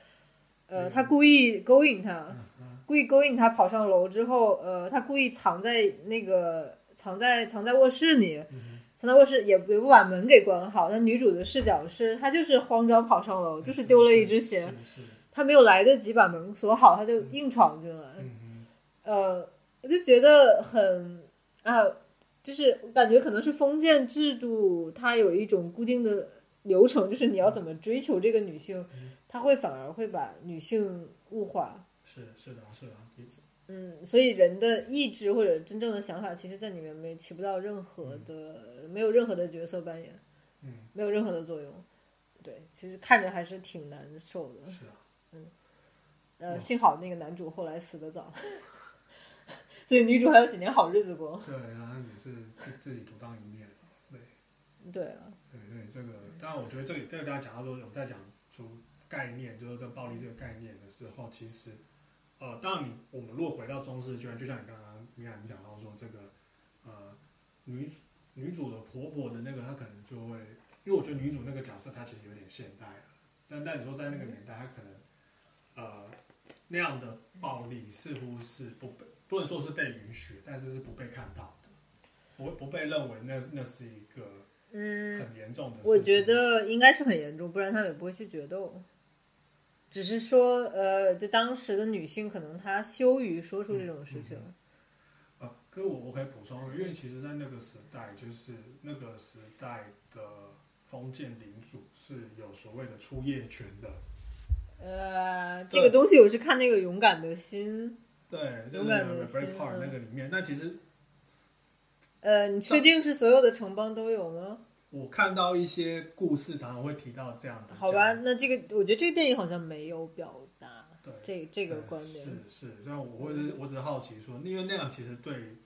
Speaker 1: 呃，
Speaker 2: 嗯
Speaker 1: 他故意勾引她，
Speaker 2: 嗯嗯
Speaker 1: 故意勾引她跑上楼之后，呃，他故意藏在那个藏在藏在卧室里，
Speaker 2: 嗯
Speaker 1: 藏在卧室也不也不把门给关好。那女主的视角是，她就是慌张跑上楼，
Speaker 2: 哼，
Speaker 1: 就是丢了一只鞋，
Speaker 2: 是，是，是
Speaker 1: 她没有来得及把门锁好，她就硬闯进来。
Speaker 2: 嗯
Speaker 1: 呃，我就觉得很啊，就是我感觉可能是封建制度，它有一种固定的流程，就是你要怎么追求这个女性
Speaker 2: 嗯，
Speaker 1: 它会反而会把女性物化。
Speaker 2: 哼，是是的，是的，
Speaker 1: 嗯，所以人的意志或者真正的想法，其实在里面没起不到任何的，没有任何的角色扮演，
Speaker 2: 嗯，
Speaker 1: 没有任何的作用。对，其实看着还是挺难受的。
Speaker 2: 是啊，
Speaker 1: 呃，
Speaker 2: 嗯
Speaker 1: 幸好那个男主后来死得早， 所以女主还有几年好日子过。
Speaker 2: 对，然后也是自自己独当一面，对。
Speaker 1: 对啊，
Speaker 2: 对对，这个，当然我觉得这里这个大家讲到说，我们在讲出概念，就是这暴力这个概念的时候，其实，呃，当然你我们如果回到中式圈，就像你刚刚米娅你讲到说这个，呃，女女主的婆婆的那个，她可能就会，因为我觉得女主那个角色她其实有点现代了，但但你说在那个年代，她可能，呃，那样的暴力似乎是不被不能说是被允许，但是是不被看到的，不不被认为那那是一个。
Speaker 1: 嗯，
Speaker 2: 很严重的事情。
Speaker 1: 我觉得应该是很严重，不然他们也不会去决斗。只是说，呃，就当时的女性可能她羞于说出这种事情。
Speaker 2: 啊，可是我我可以补充，因为其实，在那个时代，就是那个时代的封建领主是有所谓的出业权的，
Speaker 1: 呃，
Speaker 2: 嗯对
Speaker 1: 这个东西我是看那个《勇敢的心
Speaker 2: 对，就
Speaker 1: 勇
Speaker 2: 是
Speaker 1: 敢
Speaker 2: 那个
Speaker 1: 的
Speaker 2: Brave
Speaker 1: 心
Speaker 2: Heart
Speaker 1: 嗯
Speaker 2: 那个里面。那其实》。
Speaker 1: 呃，你
Speaker 2: 嗯
Speaker 1: 确定是所有的城邦都有吗？
Speaker 2: 我看到一些故事，常常会提到这样的。
Speaker 1: 好吧，，那这个我觉得这个电影好像没有表达
Speaker 2: 对，
Speaker 1: 这这个
Speaker 2: 对
Speaker 1: 观点。
Speaker 2: 嗯是是，但我会是我只是好奇说，因为那样其实对于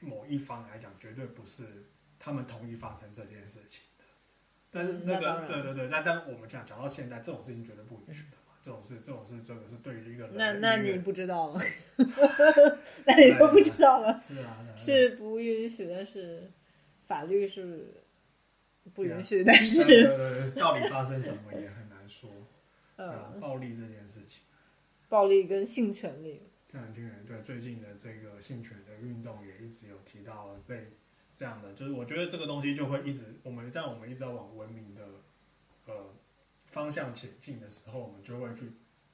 Speaker 2: 某一方来讲，绝对不是他们同意发生这件事情的。但是
Speaker 1: 嗯
Speaker 2: 那
Speaker 1: 那当
Speaker 2: 个
Speaker 1: 然
Speaker 2: 对对对，但但我们讲讲到现在，这种事情绝对不允许的嘛。这种事，这种事，这个是对于一个人的
Speaker 1: 那那
Speaker 2: 意
Speaker 1: 你
Speaker 2: 愿
Speaker 1: 不知 道了，那你就不知道了。
Speaker 2: 是啊，对 啊
Speaker 1: 是不允许，但是法律是不允许，
Speaker 2: 对
Speaker 1: 但
Speaker 2: 啊
Speaker 1: 是
Speaker 2: 对对对到底发生什么也很 难说。对啊
Speaker 1: 呃，，
Speaker 2: 暴力这件事情，
Speaker 1: 暴力跟性权利，
Speaker 2: 这样听人对最近的这个性权的运动也一直有提到被这样的，就是我觉得这个东西就会一直我们在我们一直在往文明的呃方向前进的时候，我们就会去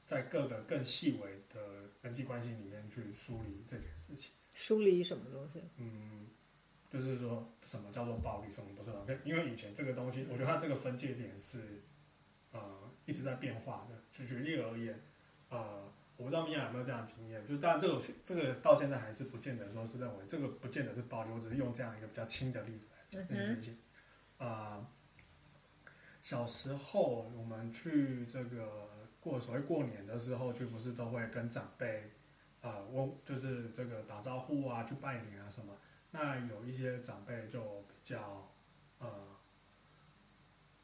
Speaker 2: 在各个更细微的人际关系里面去梳理这件事情。
Speaker 1: 疏离什么东西？
Speaker 2: 嗯，就是说什么叫做暴力，什么不是暴力？因为以前这个东西，我觉得它这个分界点是呃一直在变化的。就举例而言，呃，我不知道米娅有没有这样的经验，就当然这个这个到现在还是不见得说是认为这个不见得是暴力，我只是用这样一个比较轻的例子来
Speaker 1: 嗯
Speaker 2: 讲这件事情。啊、小时候我们去这个过所谓过年的时候，去不是都会跟长辈呃问，就是这个打招呼啊，去拜年啊什么。那有一些长辈就比较呃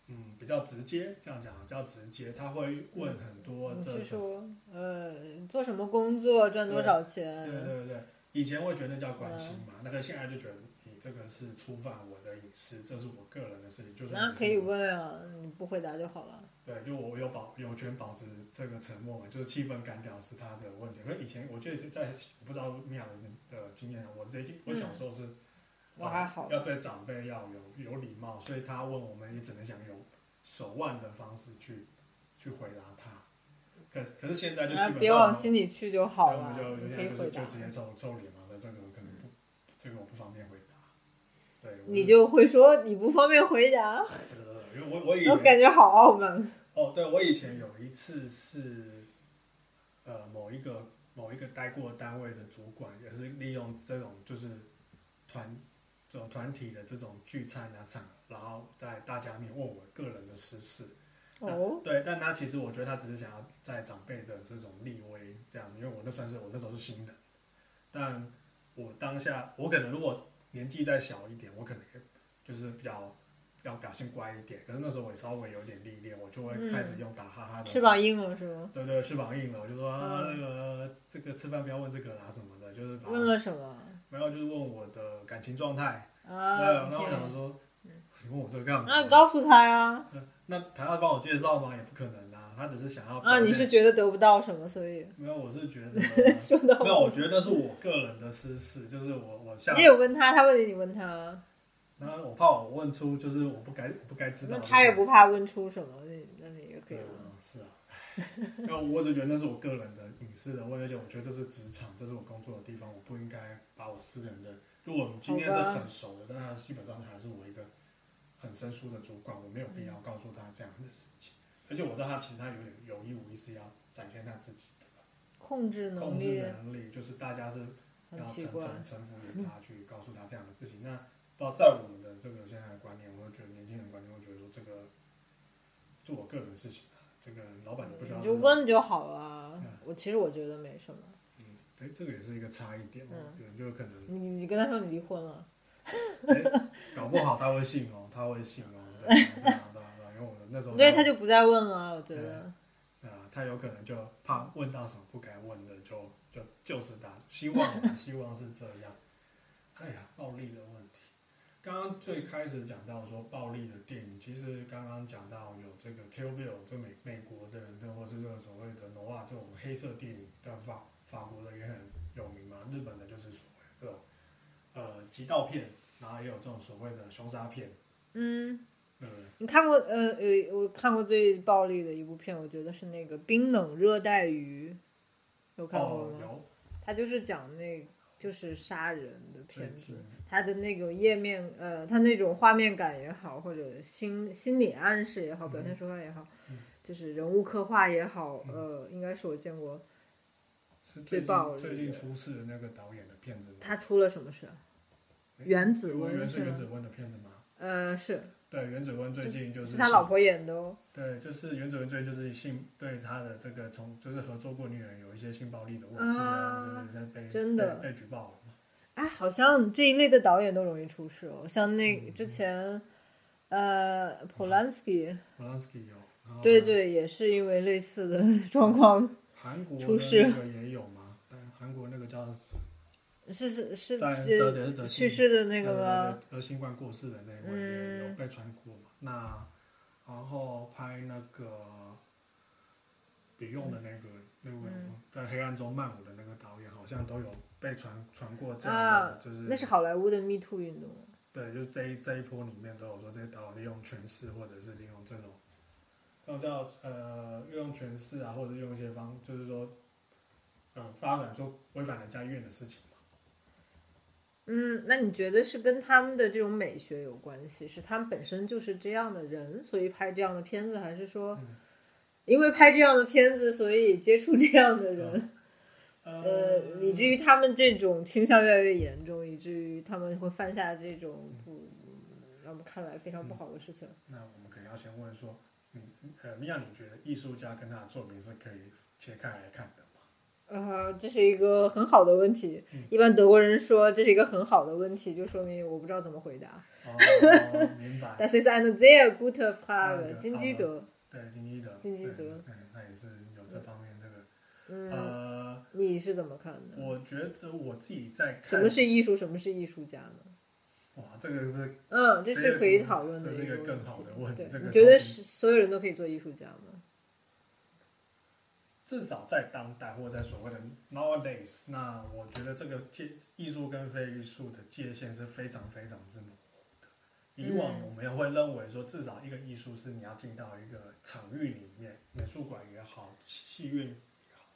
Speaker 2: 嗯比较直接，这样讲啊比较直接，他会问很多
Speaker 1: 你
Speaker 2: 这
Speaker 1: 嗯是
Speaker 2: 种
Speaker 1: 说呃，做什么工作，赚多少钱？
Speaker 2: 对对对，以前会觉得那叫
Speaker 1: 呃
Speaker 2: 关心嘛，那个现在就觉得你这个是触犯我的隐私，这是我个人的事情，就算
Speaker 1: 那
Speaker 2: 你是
Speaker 1: 可以
Speaker 2: 我
Speaker 1: 问啊，你不回答就好了。
Speaker 2: 对，就我有保有权保持这个沉默嘛，就是气氛干掉是他的啊问题。可是以前我觉得在我不知道米娅的的经验，我最近我小时候是，
Speaker 1: 我嗯还好。
Speaker 2: 要对长辈要有有礼貌，所以他问我们也只能想有手腕的方式去去回答他。可可是现在就基
Speaker 1: 然后
Speaker 2: 本上
Speaker 1: 别往心里去就好
Speaker 2: 我
Speaker 1: 了，
Speaker 2: 们就就
Speaker 1: 你
Speaker 2: 现
Speaker 1: 可
Speaker 2: 在
Speaker 1: 以回
Speaker 2: 就是
Speaker 1: 答嗯
Speaker 2: 就。直接臭臭脸嘛，那这个我可能不，这个我不方便回答。对，我
Speaker 1: 你就会说你不方便回答，
Speaker 2: 呃因为我我以
Speaker 1: 我
Speaker 2: 前
Speaker 1: 感觉好傲慢。
Speaker 2: 哦，对，我以前有一次是，呃，某一个某一个待过的单位的主管，也是利用这种就是团这种团体的这种聚餐啊场，然后在大家面问我个人的私事。
Speaker 1: 哦，
Speaker 2: 对，但他其实我觉得他只是想要在长辈的这种立威这样，因为我那算是我那时候是新人，但我当下我可能如果年纪再小一点，我可能也就是比较要表现乖一点，可是那时候我也稍微有点历练，我就会开始用打哈哈的、
Speaker 1: 嗯翅膀硬了是吗？
Speaker 2: 对对，翅膀硬了，我就说啊，
Speaker 1: 嗯
Speaker 2: 那个这个吃饭不要问这个啦什么的，就是把
Speaker 1: 问了什么？
Speaker 2: 没有就是问我的感情状态，对，
Speaker 1: 啊，嗯
Speaker 2: 那我想
Speaker 1: 天
Speaker 2: 说，你问我这个干嘛？
Speaker 1: 那你告诉他呀。
Speaker 2: 那那他要帮我介绍吗？也不可能啊，他只是想要
Speaker 1: 啊，
Speaker 2: 表
Speaker 1: 你
Speaker 2: 现
Speaker 1: 是觉得得不到什么，所 以
Speaker 2: 没有，我是觉 得
Speaker 1: 说到
Speaker 2: 没有，我觉得那是我个人的私事，就是我我下
Speaker 1: 你，也问他，他问你，你问他，
Speaker 2: 然后我怕我问出就是我不该不该知道
Speaker 1: 那
Speaker 2: 的事，
Speaker 1: 他也不怕问出什么，那那你也可以
Speaker 2: 对啊
Speaker 1: 问。
Speaker 2: 是啊， 那我只觉得那是我个人的隐私的问题，而且我觉得这是职场，这是我工作的地方，我不应该把我私人的，如果我们今天是
Speaker 1: 好吧
Speaker 2: 很熟的，但他基本上还是我一个很生疏的主管，我没有必要告诉他这样的事情，而且我知道他其实他有点有意无意是要展现他自己的
Speaker 1: 控制能
Speaker 2: 控
Speaker 1: 力
Speaker 2: 制能力，就是大家是
Speaker 1: 很
Speaker 2: 要
Speaker 1: 奇
Speaker 2: 臣
Speaker 1: 怪，嗯
Speaker 2: 臣臣服于他，去告诉他这样的事情。那到在我们的这个现在的观念，我就觉得年轻人的观念，我觉得说这个是我个人的事情啊，这个老板也不需要
Speaker 1: 嗯你
Speaker 2: 知
Speaker 1: 就
Speaker 2: 道。
Speaker 1: 问就好了
Speaker 2: 嗯。
Speaker 1: 我其实我觉得没什么，
Speaker 2: 嗯，哎，这个也是一个差异点，哦
Speaker 1: 嗯
Speaker 2: 有人就可能
Speaker 1: 你你跟他说你离婚了，
Speaker 2: 哎搞不好他会信哦，他会信哦，对啊对啊对啊，对啊因为我们那时候
Speaker 1: 对，他就不再问了。我觉得，
Speaker 2: 啊，他有可能就怕问到什么不该问的，就就就是他，希望啊希望是这样。哎呀，暴力的问题，刚刚最开始讲到说暴力的电影，其实刚刚讲到有这个 Kill Bill，就美美国的，那或是这个所谓的 Noir 这种黑色电影，但法法国的也很有名嘛，日本的就是所谓这种呃极道片，然后也有这种所谓的凶杀片，
Speaker 1: 嗯，
Speaker 2: 对不对？
Speaker 1: 你看过呃呃，我看过最暴力的一部片，我觉得是那个《冰冷热带鱼》，有看过
Speaker 2: 哦，
Speaker 1: 吗？
Speaker 2: 有
Speaker 1: 他就是讲那就是杀人的
Speaker 2: 最
Speaker 1: 片子
Speaker 2: 近，
Speaker 1: 它的那种页面，呃，它那种画面感也好，或者心心理暗示也好，表现手法也好，
Speaker 2: 嗯
Speaker 1: 就是人物刻画也好，
Speaker 2: 嗯
Speaker 1: 呃，应该是我见过。
Speaker 2: 是
Speaker 1: 最
Speaker 2: 最
Speaker 1: 暴
Speaker 2: 近
Speaker 1: 力
Speaker 2: 最近
Speaker 1: 的
Speaker 2: 出事的那个导演的片子吗？
Speaker 1: 他出了什么事？啊原子温
Speaker 2: 原是
Speaker 1: 是吗
Speaker 2: 原子温的片子吗？
Speaker 1: 呃，是
Speaker 2: 对，原子温最近就是是
Speaker 1: 他老婆演的哦。
Speaker 2: 对，就是原子温最近就是性对他的这个从就是合作过女人有一些性暴力的问题
Speaker 1: 啊
Speaker 2: 对对对，被
Speaker 1: 真的
Speaker 2: 被被举报了嘛。
Speaker 1: 哎，好像这一类的导演都容易出事哦，像
Speaker 2: 嗯
Speaker 1: 那之前，呃，Polanski，
Speaker 2: Polanski 有，然后
Speaker 1: 对对，也是因为类似的 状
Speaker 2: 嗯
Speaker 1: 况，
Speaker 2: 韩国的
Speaker 1: 出事
Speaker 2: 那个也有嘛，但韩国那个叫
Speaker 1: 是是是
Speaker 2: 在德
Speaker 1: 是
Speaker 2: 德德
Speaker 1: 去
Speaker 2: 新
Speaker 1: 世的那个
Speaker 2: 对
Speaker 1: 吗？？
Speaker 2: 对对得呃新冠过世的那一位
Speaker 1: 嗯
Speaker 2: 也有被传过嘛。那然后拍那个别用的那个、那位、
Speaker 1: 嗯
Speaker 2: 在黑暗中漫舞的那个导演，好像都有被传传过这样的，
Speaker 1: 啊
Speaker 2: 就是
Speaker 1: 那是好莱坞的 Me Too 运动。
Speaker 2: 对，就是这一这一波里面都有说这些导演利用权势，或者是利用这种这种叫呃利用权势啊，或者用一些方，就是说嗯发展出违反人家意愿的事情嘛。
Speaker 1: 嗯，那你觉得是跟他们的这种美学有关系？是他们本身就是这样的人，所以拍这样的片子，还是说
Speaker 2: 嗯
Speaker 1: 因为拍这样的片子，所以接触这样的人？呃
Speaker 2: 呃，，
Speaker 1: 以至于他们这种倾向越来越严重，以至于他们会犯下这种
Speaker 2: 嗯
Speaker 1: 不让我们看来非常不好的事情。
Speaker 2: 那我们可能要先问说，你呃，米娅，你觉得艺术家跟他的作品是可以切开来看的吗？
Speaker 1: 呃，这是一个很好的问题
Speaker 2: 嗯。
Speaker 1: 一般德国人说这是一个很好的问题，就说明我不知道怎么回
Speaker 2: 嗯
Speaker 1: 答。
Speaker 2: 哦，明白。
Speaker 1: Das ist eine sehr gute
Speaker 2: 那
Speaker 1: Frage，
Speaker 2: 个
Speaker 1: 金基
Speaker 2: 嗯好
Speaker 1: 德。
Speaker 2: 对，金基德，
Speaker 1: 金基德
Speaker 2: 对，对那也是有这方面这个。
Speaker 1: 嗯，
Speaker 2: 呃，
Speaker 1: 你是怎么看的？
Speaker 2: 我觉得我自己在看，
Speaker 1: 什么是艺术，什么是艺术家呢？
Speaker 2: 哇，这个是
Speaker 1: 嗯，这是可以讨论的
Speaker 2: 这是一个
Speaker 1: 问题
Speaker 2: 更好的问题
Speaker 1: 对，
Speaker 2: 这个
Speaker 1: 你觉得
Speaker 2: 超级
Speaker 1: 是所有人都可以做艺术家吗？
Speaker 2: 至少在当代或者在所谓的 nowadays，那我觉得这个界艺术跟非艺术的界限是非常非常之模糊的。以往我们也会认为说，至少一个艺术是你要进到一个场域里面，美术馆也好，戏院也好，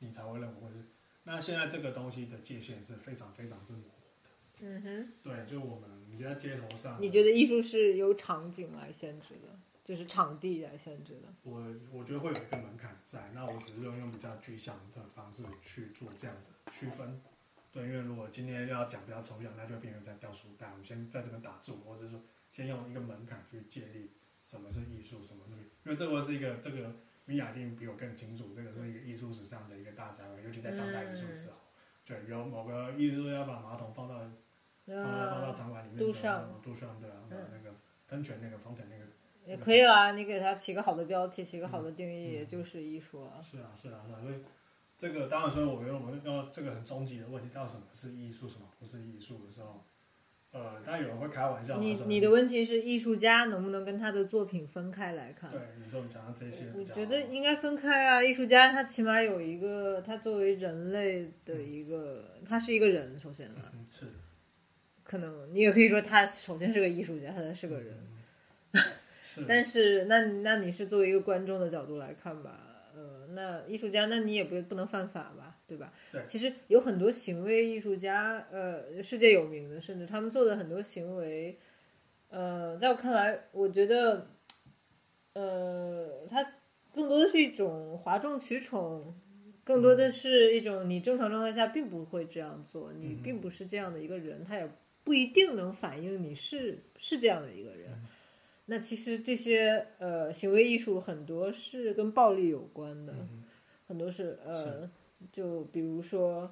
Speaker 2: 你才会认为是。那现在这个东西的界限是非常非常之模糊的。
Speaker 1: 嗯哼，
Speaker 2: 对，就是我们你在街头上，
Speaker 1: 你觉得艺术是由场景来限制的，就是场地来限制的？
Speaker 2: 我我觉得会有一个门槛在，那我只是用用比较具象的方式去做这样的区分。对，因为如果今天要讲比较抽象，那就变成在雕塑带。我们先在这边打住，或者是说先用一个门槛去建立什么是艺术，什么是因为这个是一个这个米亚定比我更清楚，这个是一个艺术史上的一个大灾问，尤其在当代艺术之后，对，有某个艺术要把马桶放到
Speaker 1: 嗯
Speaker 2: 放到放到
Speaker 1: 那
Speaker 2: 场馆里面
Speaker 1: 杜
Speaker 2: 去，
Speaker 1: 尚
Speaker 2: 杜尚对啊，把那个喷泉那个风泉那个
Speaker 1: 也可以啦，你给它起个好的标题，起个好的定义，
Speaker 2: 嗯
Speaker 1: 也就是艺术了。
Speaker 2: 是啊，是啊，是啊，所以这个当然说，我觉得我们要这个很终极的问题，到底什么是艺术，什么不是艺术的时候，呃，当然有人会开玩笑嘛，
Speaker 1: 你
Speaker 2: 说
Speaker 1: 你的问题是艺术家能不能跟他的作品分开来看？
Speaker 2: 对，你说我们讲到这些，
Speaker 1: 我觉得应该分开啊，艺术家他起码有一个，他作为人类的一个，他是一个人，首先啊，
Speaker 2: 嗯是
Speaker 1: 可能你也可以说他首先是个艺术家，他才是个人。
Speaker 2: 嗯是，
Speaker 1: 但是那那你是作为一个观众的角度来看吧，呃，那艺术家，那你也不不能犯法吧，对吧？
Speaker 2: 对
Speaker 1: 其实有很多行为艺术家，呃，世界有名的，甚至他们做的很多行为，呃，在我看来，我觉得，呃，它更多的是一种哗众取宠。更多
Speaker 2: 嗯
Speaker 1: 的是一种你正常状态下并不会这样做，你
Speaker 2: 嗯
Speaker 1: 并不是这样的一个人，他也不一定能反映你是是这样的一个人。那其实这些呃行为艺术很多是跟暴力有关的，
Speaker 2: 嗯
Speaker 1: 很多是呃就比如说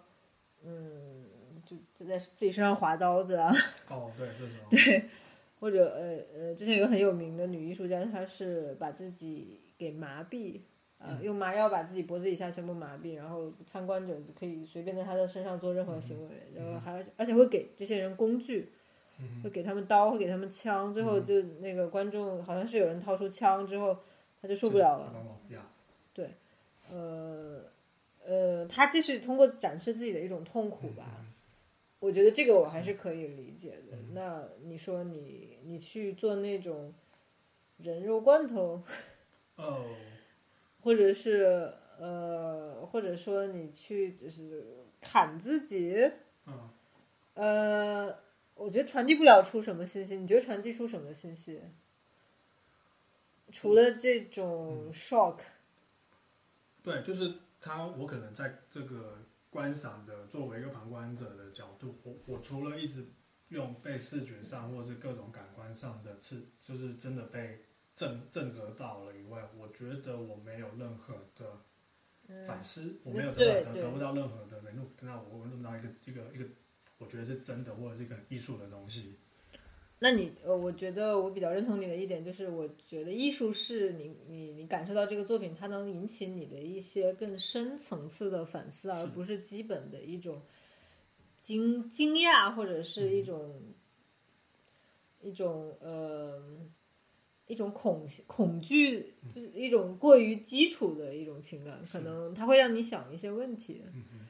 Speaker 1: 嗯就就在自己身上划刀子啊，
Speaker 2: 哦，对，这时候
Speaker 1: 或者呃呃之前有个很有名的女艺术家，她是把自己给麻痹。呃，用麻药把自己脖子以下全部麻痹，然后参观者可以随便在她的身上做任何行为，然后还而且会给这些人工具，
Speaker 2: 嗯
Speaker 1: 会给他们刀，会给他们枪，最后就那个观众好像是有人掏出枪之后，他就受不了了。
Speaker 2: 不要，
Speaker 1: 呃呃，他这是通过展示自己的一种痛苦
Speaker 2: 嗯
Speaker 1: 吧。我觉得这个我还是可以理解的。那你说你你去做那种人肉罐头，
Speaker 2: 哦，
Speaker 1: 或者是呃，或者说你去就是砍自己，
Speaker 2: 嗯，
Speaker 1: 呃，我觉得传递不了出什么信息。你觉得传递出什么信息？除了这种 shock，
Speaker 2: 对，就是他，我可能在这个观赏的作为一个旁观者的角度，我我除了一直用被视觉上或是各种感官上的刺，就是真的被震震慑到了以外，我觉得我没有任何的反思，我没有得到
Speaker 1: 嗯对对
Speaker 2: 得得不到任何的联络，那我得不到一个一个一个，我觉得是真的或者是一个艺术的东西。
Speaker 1: 那你呃，我觉得我比较认同你的一点就是，我觉得艺术是你你你感受到这个作品，它能引起你的一些更深层次的反思，而
Speaker 2: 是
Speaker 1: 不是基本的一种惊惊讶或者是一种、一种呃一种恐恐惧，就是一种过于基础的一种情感，可
Speaker 2: 是
Speaker 1: 能它会让你想一些问题。
Speaker 2: 嗯嗯，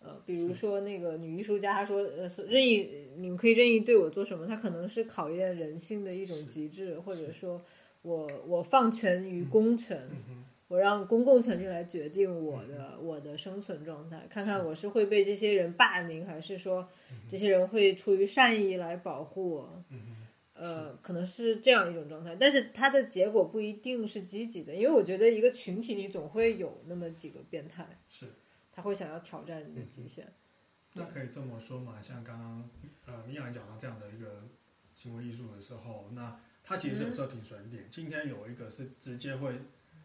Speaker 1: 呃，比如说那个女艺术家，她说，呃，所任意你们可以任意对我做什么，它可能是考验人性的一种极致，或者说我我放权于公权，
Speaker 2: 嗯
Speaker 1: 我让公共权力来决定我的我的生存状态，看看我嗯是嗯会被这些人霸凌，还是说这些人会出于善意来保护我。
Speaker 2: 嗯
Speaker 1: 呃，可能是这样一种状态，但是它的结果不一定是积极的，因为我觉得一个群体你总会有那么几个变态，
Speaker 2: 是。
Speaker 1: 他会想要挑战你的极限。
Speaker 2: 那可以这么说嘛？像刚刚呃米娅讲到这样的一个行为艺术的时候，那它其实是有设定损点。今天有一个是直接会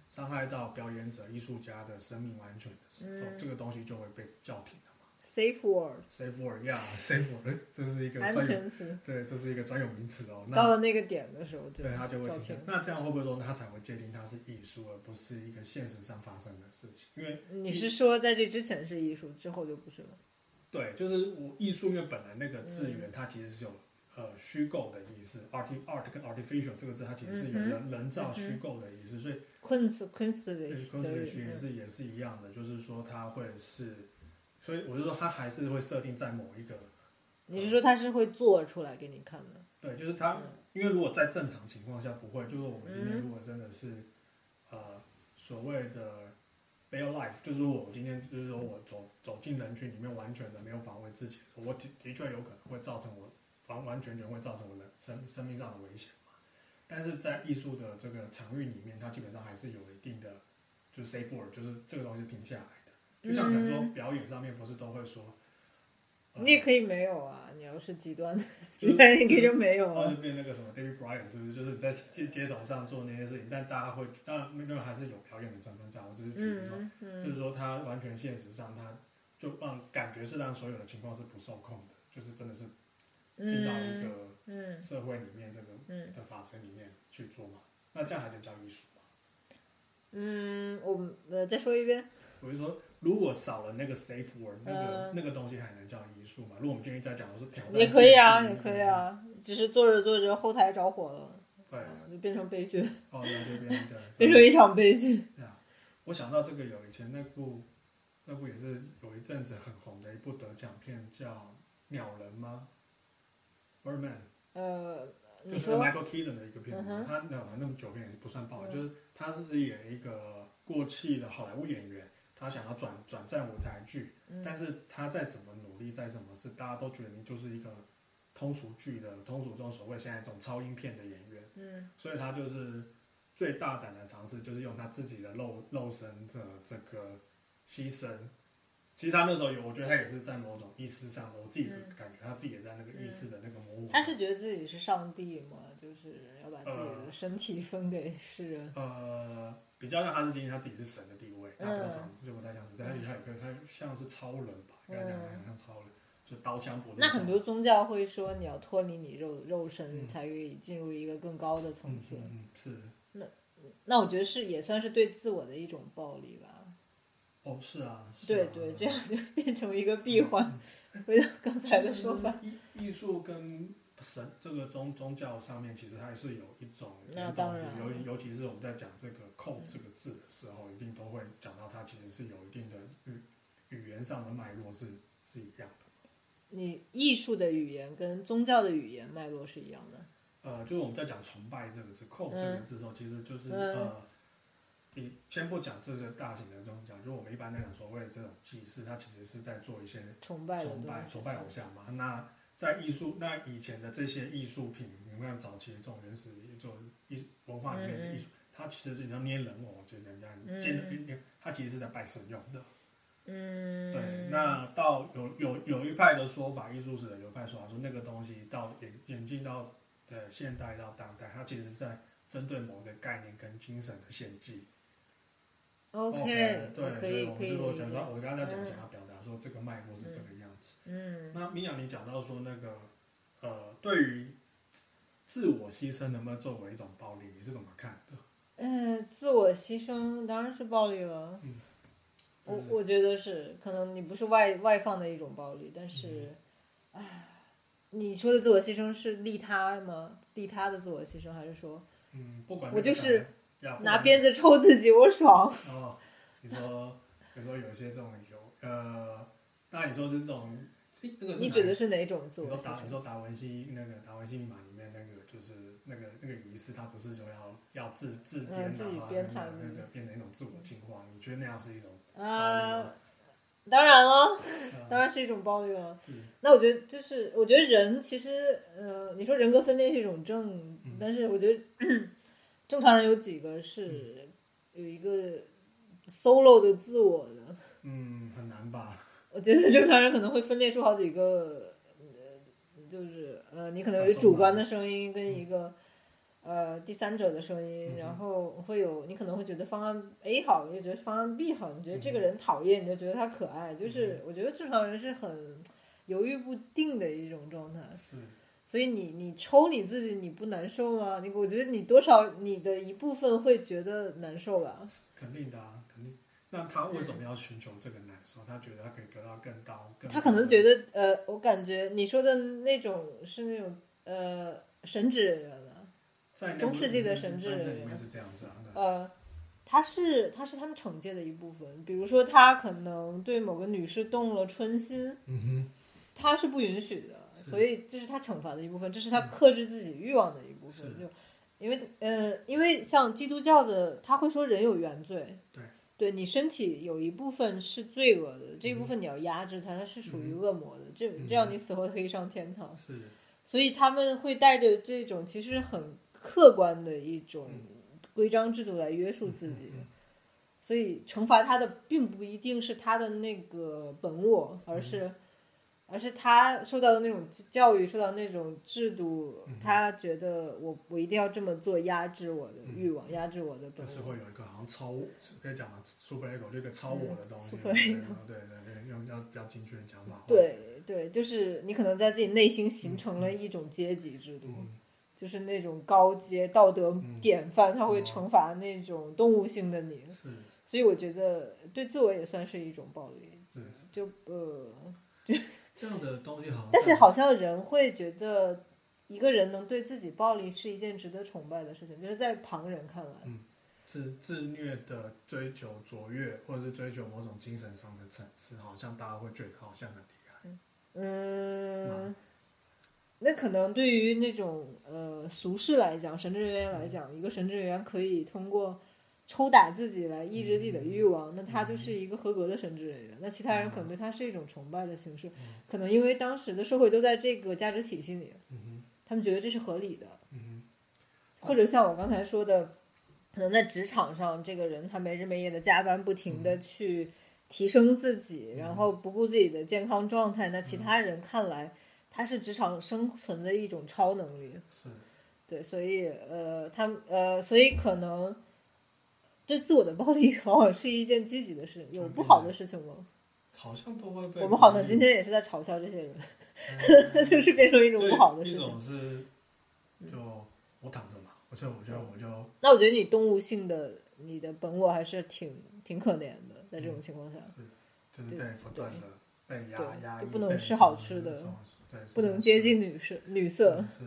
Speaker 2: 伤害到表演者、艺术家的生命安全的时候，
Speaker 1: 嗯
Speaker 2: 这个东西就会被叫停了嘛。
Speaker 1: Safe word，
Speaker 2: Safe word 呀、yeah,，safe word，这是一个
Speaker 1: 安
Speaker 2: 专有
Speaker 1: 全词。
Speaker 2: 对，这是一个专有名词哦。
Speaker 1: 到
Speaker 2: 那
Speaker 1: 了那个点的时候就
Speaker 2: 对，它就会
Speaker 1: 叫
Speaker 2: 停
Speaker 1: 停
Speaker 2: 了。。那这样会不会说它才会界定它是艺术，而不是一个现实上发生的事情？因为
Speaker 1: 你是说在这之前是艺术，之后就不是了？嗯
Speaker 2: 对，就是我艺术，因为本来那个字源它其实是有呃虚构的意思，art art 跟 artificial 这个字它其实是有
Speaker 1: 嗯哼
Speaker 2: 人人造
Speaker 1: 嗯哼
Speaker 2: 虚构的意思，所以
Speaker 1: kunst
Speaker 2: 对
Speaker 1: kunstlich
Speaker 2: 科
Speaker 1: 德
Speaker 2: 学
Speaker 1: 语
Speaker 2: 学也
Speaker 1: 嗯
Speaker 2: 是也是一样的，就是说它会是，所以我就说它还是会设定在某一个，
Speaker 1: 你是说他是会做出来给你看的？
Speaker 2: 对，就是它
Speaker 1: 嗯，
Speaker 2: 因为如果在正常情况下不会，就是我们今天
Speaker 1: 嗯
Speaker 2: 如果真的是，呃，所谓的 real life，就是我今天就是说我走走进人群里面，完全的没有防卫自己，我的的确有可能会造成我完完全全会造成我的生生命上的危险嘛。但是在艺术的这个场域里面，它基本上还是有一定的就是 safe word，就是这个东西停下来的。就像很多
Speaker 1: 嗯
Speaker 2: 表演上面不是都会说，呃
Speaker 1: 你也可以没有啊，你要是极端的，极
Speaker 2: 就是
Speaker 1: 端你可以就没有
Speaker 2: 然后
Speaker 1: 啊。
Speaker 2: 就变那个什么 David Bryan 是不是？就是你在街街头上做那些事情，但大家会当然那个还是有表演的成分在。我只是举例说，
Speaker 1: 嗯
Speaker 2: 就是
Speaker 1: 嗯
Speaker 2: 说它完全现实上，它就让感觉是让所有的情况是不受控的，就是真的是进到一
Speaker 1: 嗯
Speaker 2: 个
Speaker 1: 嗯
Speaker 2: 社会里面这个
Speaker 1: 嗯
Speaker 2: 的法则里面去做嘛。那这样还能叫艺术吗？
Speaker 1: 嗯，我们呃再说一遍。
Speaker 2: 我就说，如果少了那个 safe word，那个、
Speaker 1: 嗯
Speaker 2: 那个东西还能叫艺术吗？如果我们今天在讲的是挑战，
Speaker 1: 也可以啊，也可以。啊，只是做着做着后台着火了，啊
Speaker 2: 对，
Speaker 1: 就变成悲剧，
Speaker 2: 哦，那就变 成对
Speaker 1: 变成一场悲剧。
Speaker 2: 对啊，我想到这个有以前那部，那部也是有一阵子很红的一部得奖片，叫《鸟人》吗？Birdman，
Speaker 1: 呃，
Speaker 2: 就
Speaker 1: 你
Speaker 2: 是
Speaker 1: 说，
Speaker 2: Michael Keaton 的一个片
Speaker 1: 嗯
Speaker 2: 子
Speaker 1: 哼，
Speaker 2: 他那那么久片也不算爆，
Speaker 1: 嗯
Speaker 2: 就是他是演一个过气的好莱坞演员，他想要转转战舞台剧，
Speaker 1: 嗯
Speaker 2: 但是他再怎么努力，再怎么是大家都觉得你就是一个通俗剧的通俗中所谓现在这种超英片的演员，
Speaker 1: 嗯
Speaker 2: 所以他就是最大胆的尝试，就是用他自己的肉肉身的这个牺牲。其实他那时候有，我觉得他也是在某种意识上，我自己
Speaker 1: 嗯
Speaker 2: 感觉他自己也在那个意识的那个模糊。
Speaker 1: 他是觉得自己是上帝嘛，就是要把自己
Speaker 2: 呃
Speaker 1: 的身体分给世人。
Speaker 2: 呃，比较让他是今天他自己是神的地位，他比较
Speaker 1: 嗯
Speaker 2: 像就不太像是，但他他有个他像是超人吧，应该讲
Speaker 1: 嗯
Speaker 2: 很像超人，就刀枪不入。
Speaker 1: 那很多宗教会说你要脱离你肉肉
Speaker 2: 嗯
Speaker 1: 身，才可以进入一个更高的层
Speaker 2: 嗯
Speaker 1: 次。
Speaker 2: 嗯嗯是
Speaker 1: 那我觉得是也算是对自我的一种暴力吧。
Speaker 2: 哦是啊，是
Speaker 1: 对
Speaker 2: 啊嗯
Speaker 1: 对，这样就变成一个闭环。 回到刚才的说法，
Speaker 2: 艺艺术跟神这个宗宗教上面，其实还是有一种
Speaker 1: 那当然啊
Speaker 2: 尤尤其是我们在讲这个“扣”这个字的时候，一定都会讲到它其实是有一定的语语言上的脉络是是一样的。
Speaker 1: 你艺术的语言跟宗教的语言脉络是一样的。
Speaker 2: 呃，就是我们在讲崇拜这个字“扣”这个字的时候，其实就是、
Speaker 1: 嗯
Speaker 2: 呃，你先不讲这些大型的宗教，就我们一般来讲所谓的这种祭祀，它其实是在做一些
Speaker 1: 崇拜的
Speaker 2: 崇
Speaker 1: 东
Speaker 2: 拜
Speaker 1: 西
Speaker 2: 崇拜偶像嘛。那在艺术，那以前的这些艺术品，你看早期的这种原始这种艺文化里面的艺术，它其实你要捏人偶，就人家
Speaker 1: 嗯
Speaker 2: 见人，它其实是在拜神用的。
Speaker 1: 嗯，
Speaker 2: 对，那到有有有一派的说法，艺术史的有一派说法说那个东西到演演进到呃现代到当代，它其实是在针对某个概念跟精神的献祭。哦
Speaker 1: OK，
Speaker 2: 对，
Speaker 1: 可
Speaker 2: 所以
Speaker 1: 以
Speaker 2: 我
Speaker 1: 可
Speaker 2: 们
Speaker 1: 以
Speaker 2: 就我
Speaker 1: 理
Speaker 2: 讲
Speaker 1: 解
Speaker 2: 到，我刚才讲
Speaker 1: 嗯
Speaker 2: 想要表达说这个脉络是这个样子。
Speaker 1: 嗯
Speaker 2: 那米娅，你讲到说那个呃，对于自我牺牲能不能作为一种暴力，你是怎么看的？
Speaker 1: 嗯，自我牺牲当然是暴力了。
Speaker 2: 嗯
Speaker 1: 我
Speaker 2: 嗯
Speaker 1: 我觉得是，可能你不是外外放的一种暴力，但是，
Speaker 2: 嗯
Speaker 1: 唉你说的自我牺牲是利他吗？利他的自我牺牲，还是说
Speaker 2: 嗯，不管
Speaker 1: 我就是
Speaker 2: 要
Speaker 1: 拿鞭子抽自己，我爽？
Speaker 2: 哦，你说比如说有一些这种有呃，那你说是这种，诶那个是
Speaker 1: 你
Speaker 2: 哪
Speaker 1: 指的是哪种自
Speaker 2: 你
Speaker 1: 我
Speaker 2: 说
Speaker 1: 牺
Speaker 2: 达你
Speaker 1: 牲？
Speaker 2: 说达文西那个达文西密码里面那个就是那个那个仪式，他不是就要要自自编
Speaker 1: 嗯自己
Speaker 2: 然后
Speaker 1: 编
Speaker 2: 那
Speaker 1: 他
Speaker 2: 个
Speaker 1: 自己
Speaker 2: 那个变成一种自我进化，你觉得那样是一种暴力
Speaker 1: 啊
Speaker 2: 吗？，
Speaker 1: 当然了，当
Speaker 2: 呃
Speaker 1: 然是一种暴力了。
Speaker 2: 是
Speaker 1: 那我觉得就是，我觉得人其实，呃，你说人格分裂是一种症，
Speaker 2: 嗯
Speaker 1: 但是我觉得 正常人有几个
Speaker 2: 嗯
Speaker 1: 是有一个 solo 的自我的。
Speaker 2: 嗯很难吧？
Speaker 1: 我觉得正常人可能会分裂出好几个，呃，就是呃，你可
Speaker 2: 啊
Speaker 1: 能有一个主观的声音跟一个。呃，第三者的声音
Speaker 2: 嗯嗯，哼
Speaker 1: 然后会有你可能会觉得方案 A 好，你就觉得方案 B 好，你觉得这个
Speaker 2: 嗯
Speaker 1: 人讨厌，你就觉得他可爱，就是我觉得正常人是很犹豫不定的一种状态。
Speaker 2: 是
Speaker 1: 所以你你抽你自己，你不难受吗？你我觉得你多少你的一部分会觉得难受吧。
Speaker 2: 肯定的啊，肯定。那他为什么要寻求这个难受？他觉得他可以得到更高，更
Speaker 1: 他可能觉
Speaker 2: 得
Speaker 1: 得呃，我感觉你说的那种是那种呃神职人员了。
Speaker 2: 在嗯
Speaker 1: 中世纪的神
Speaker 2: 职
Speaker 1: 职
Speaker 2: 里
Speaker 1: 人
Speaker 2: 面是这样子啊，对
Speaker 1: 呃，他是他是他们惩戒的一部分。比如说，他可能对某个女士动了春心，
Speaker 2: 嗯哼。
Speaker 1: 他是不允许的，
Speaker 2: 是
Speaker 1: 所以这是他惩罚的一部分，这是他克制自己欲望的一部分。
Speaker 2: 是
Speaker 1: 就因为呃，因为像基督教的，他会说人有原罪，
Speaker 2: 对，
Speaker 1: 对你身体有一部分是罪恶的，这一部
Speaker 2: 嗯
Speaker 1: 分你要压制它，它是属于恶魔的，这这样你死后可以上天堂。
Speaker 2: 是，
Speaker 1: 所以他们会带着这种其实很客观的一种
Speaker 2: 嗯
Speaker 1: 规章制度来约束自己，所以惩罚他的并不一定是他的那个本我，
Speaker 2: 嗯
Speaker 1: 而是、而是他受到的那种教育，受到那种制度，
Speaker 2: 嗯
Speaker 1: 他觉得我我一定要这么做，压制我的欲望，压制我的本
Speaker 2: 嗯就是
Speaker 1: 我。
Speaker 2: 会有一个好像超，可以讲嘛，super ego 这个超我的东西，
Speaker 1: 嗯 super
Speaker 2: 对对对对，用要比较精确的讲法，，
Speaker 1: 对对，就是你可能在自己内心形成了一种阶级制度，
Speaker 2: 嗯
Speaker 1: 就是那种高阶道德典范，他会
Speaker 2: 哦
Speaker 1: 惩罚那种动物性的你。
Speaker 2: 是，
Speaker 1: 所以我觉得对自我也算是一种暴力。
Speaker 2: 对，
Speaker 1: 就呃，
Speaker 2: 这样的东西好像，
Speaker 1: 但是，好像人会觉得一个人能对自己暴力是一件值得崇拜的事情，就是在旁人看来，
Speaker 2: 自自虐的追求卓越，或者是追求某种精神上的层次，好像大家会觉得好像很厉害，
Speaker 1: 嗯，那可能对于那种呃俗世来讲，神职人员来讲，一个神职人员可以通过抽打自己来抑制自己的欲望，那他就是一个合格的神职人员。那其他人可能对他是一种崇拜的形式，可能因为当时的社会都在这个价值体系里，
Speaker 2: 嗯
Speaker 1: 他们觉得这是合理的。
Speaker 2: 哼，嗯
Speaker 1: 或者像我刚才说的，可能在职场上，这个人他没日没夜的加班，不停
Speaker 2: 嗯
Speaker 1: 的去提升自己，然后不顾自己的健康状态，
Speaker 2: 嗯
Speaker 1: 那其他人看来，他是职场生存的一种超能力
Speaker 2: 哼，。是，
Speaker 1: 对，所以呃，他们呃，所以可能对自我的暴力 往往是一件积极的事，有不好的事情吗？
Speaker 2: 好像都会被
Speaker 1: 我们好像
Speaker 2: 鼓励
Speaker 1: 今天也是在嘲笑这些人，
Speaker 2: 嗯
Speaker 1: 就是变成一种
Speaker 2: 所以
Speaker 1: 不好的事
Speaker 2: 一
Speaker 1: 情。
Speaker 2: 种是就我躺着嘛，我就我就我就
Speaker 1: 那我觉得你动物性的你的本我还是挺挺可怜的，在这
Speaker 2: 嗯
Speaker 1: 种情况下。
Speaker 2: 是就是被不断的被
Speaker 1: 嗯
Speaker 2: 压
Speaker 1: 对
Speaker 2: 压抑，
Speaker 1: 就不能
Speaker 2: 被
Speaker 1: 吃好吃
Speaker 2: 这
Speaker 1: 的
Speaker 2: 种，对，
Speaker 1: 不能接近女士女色。
Speaker 2: 是。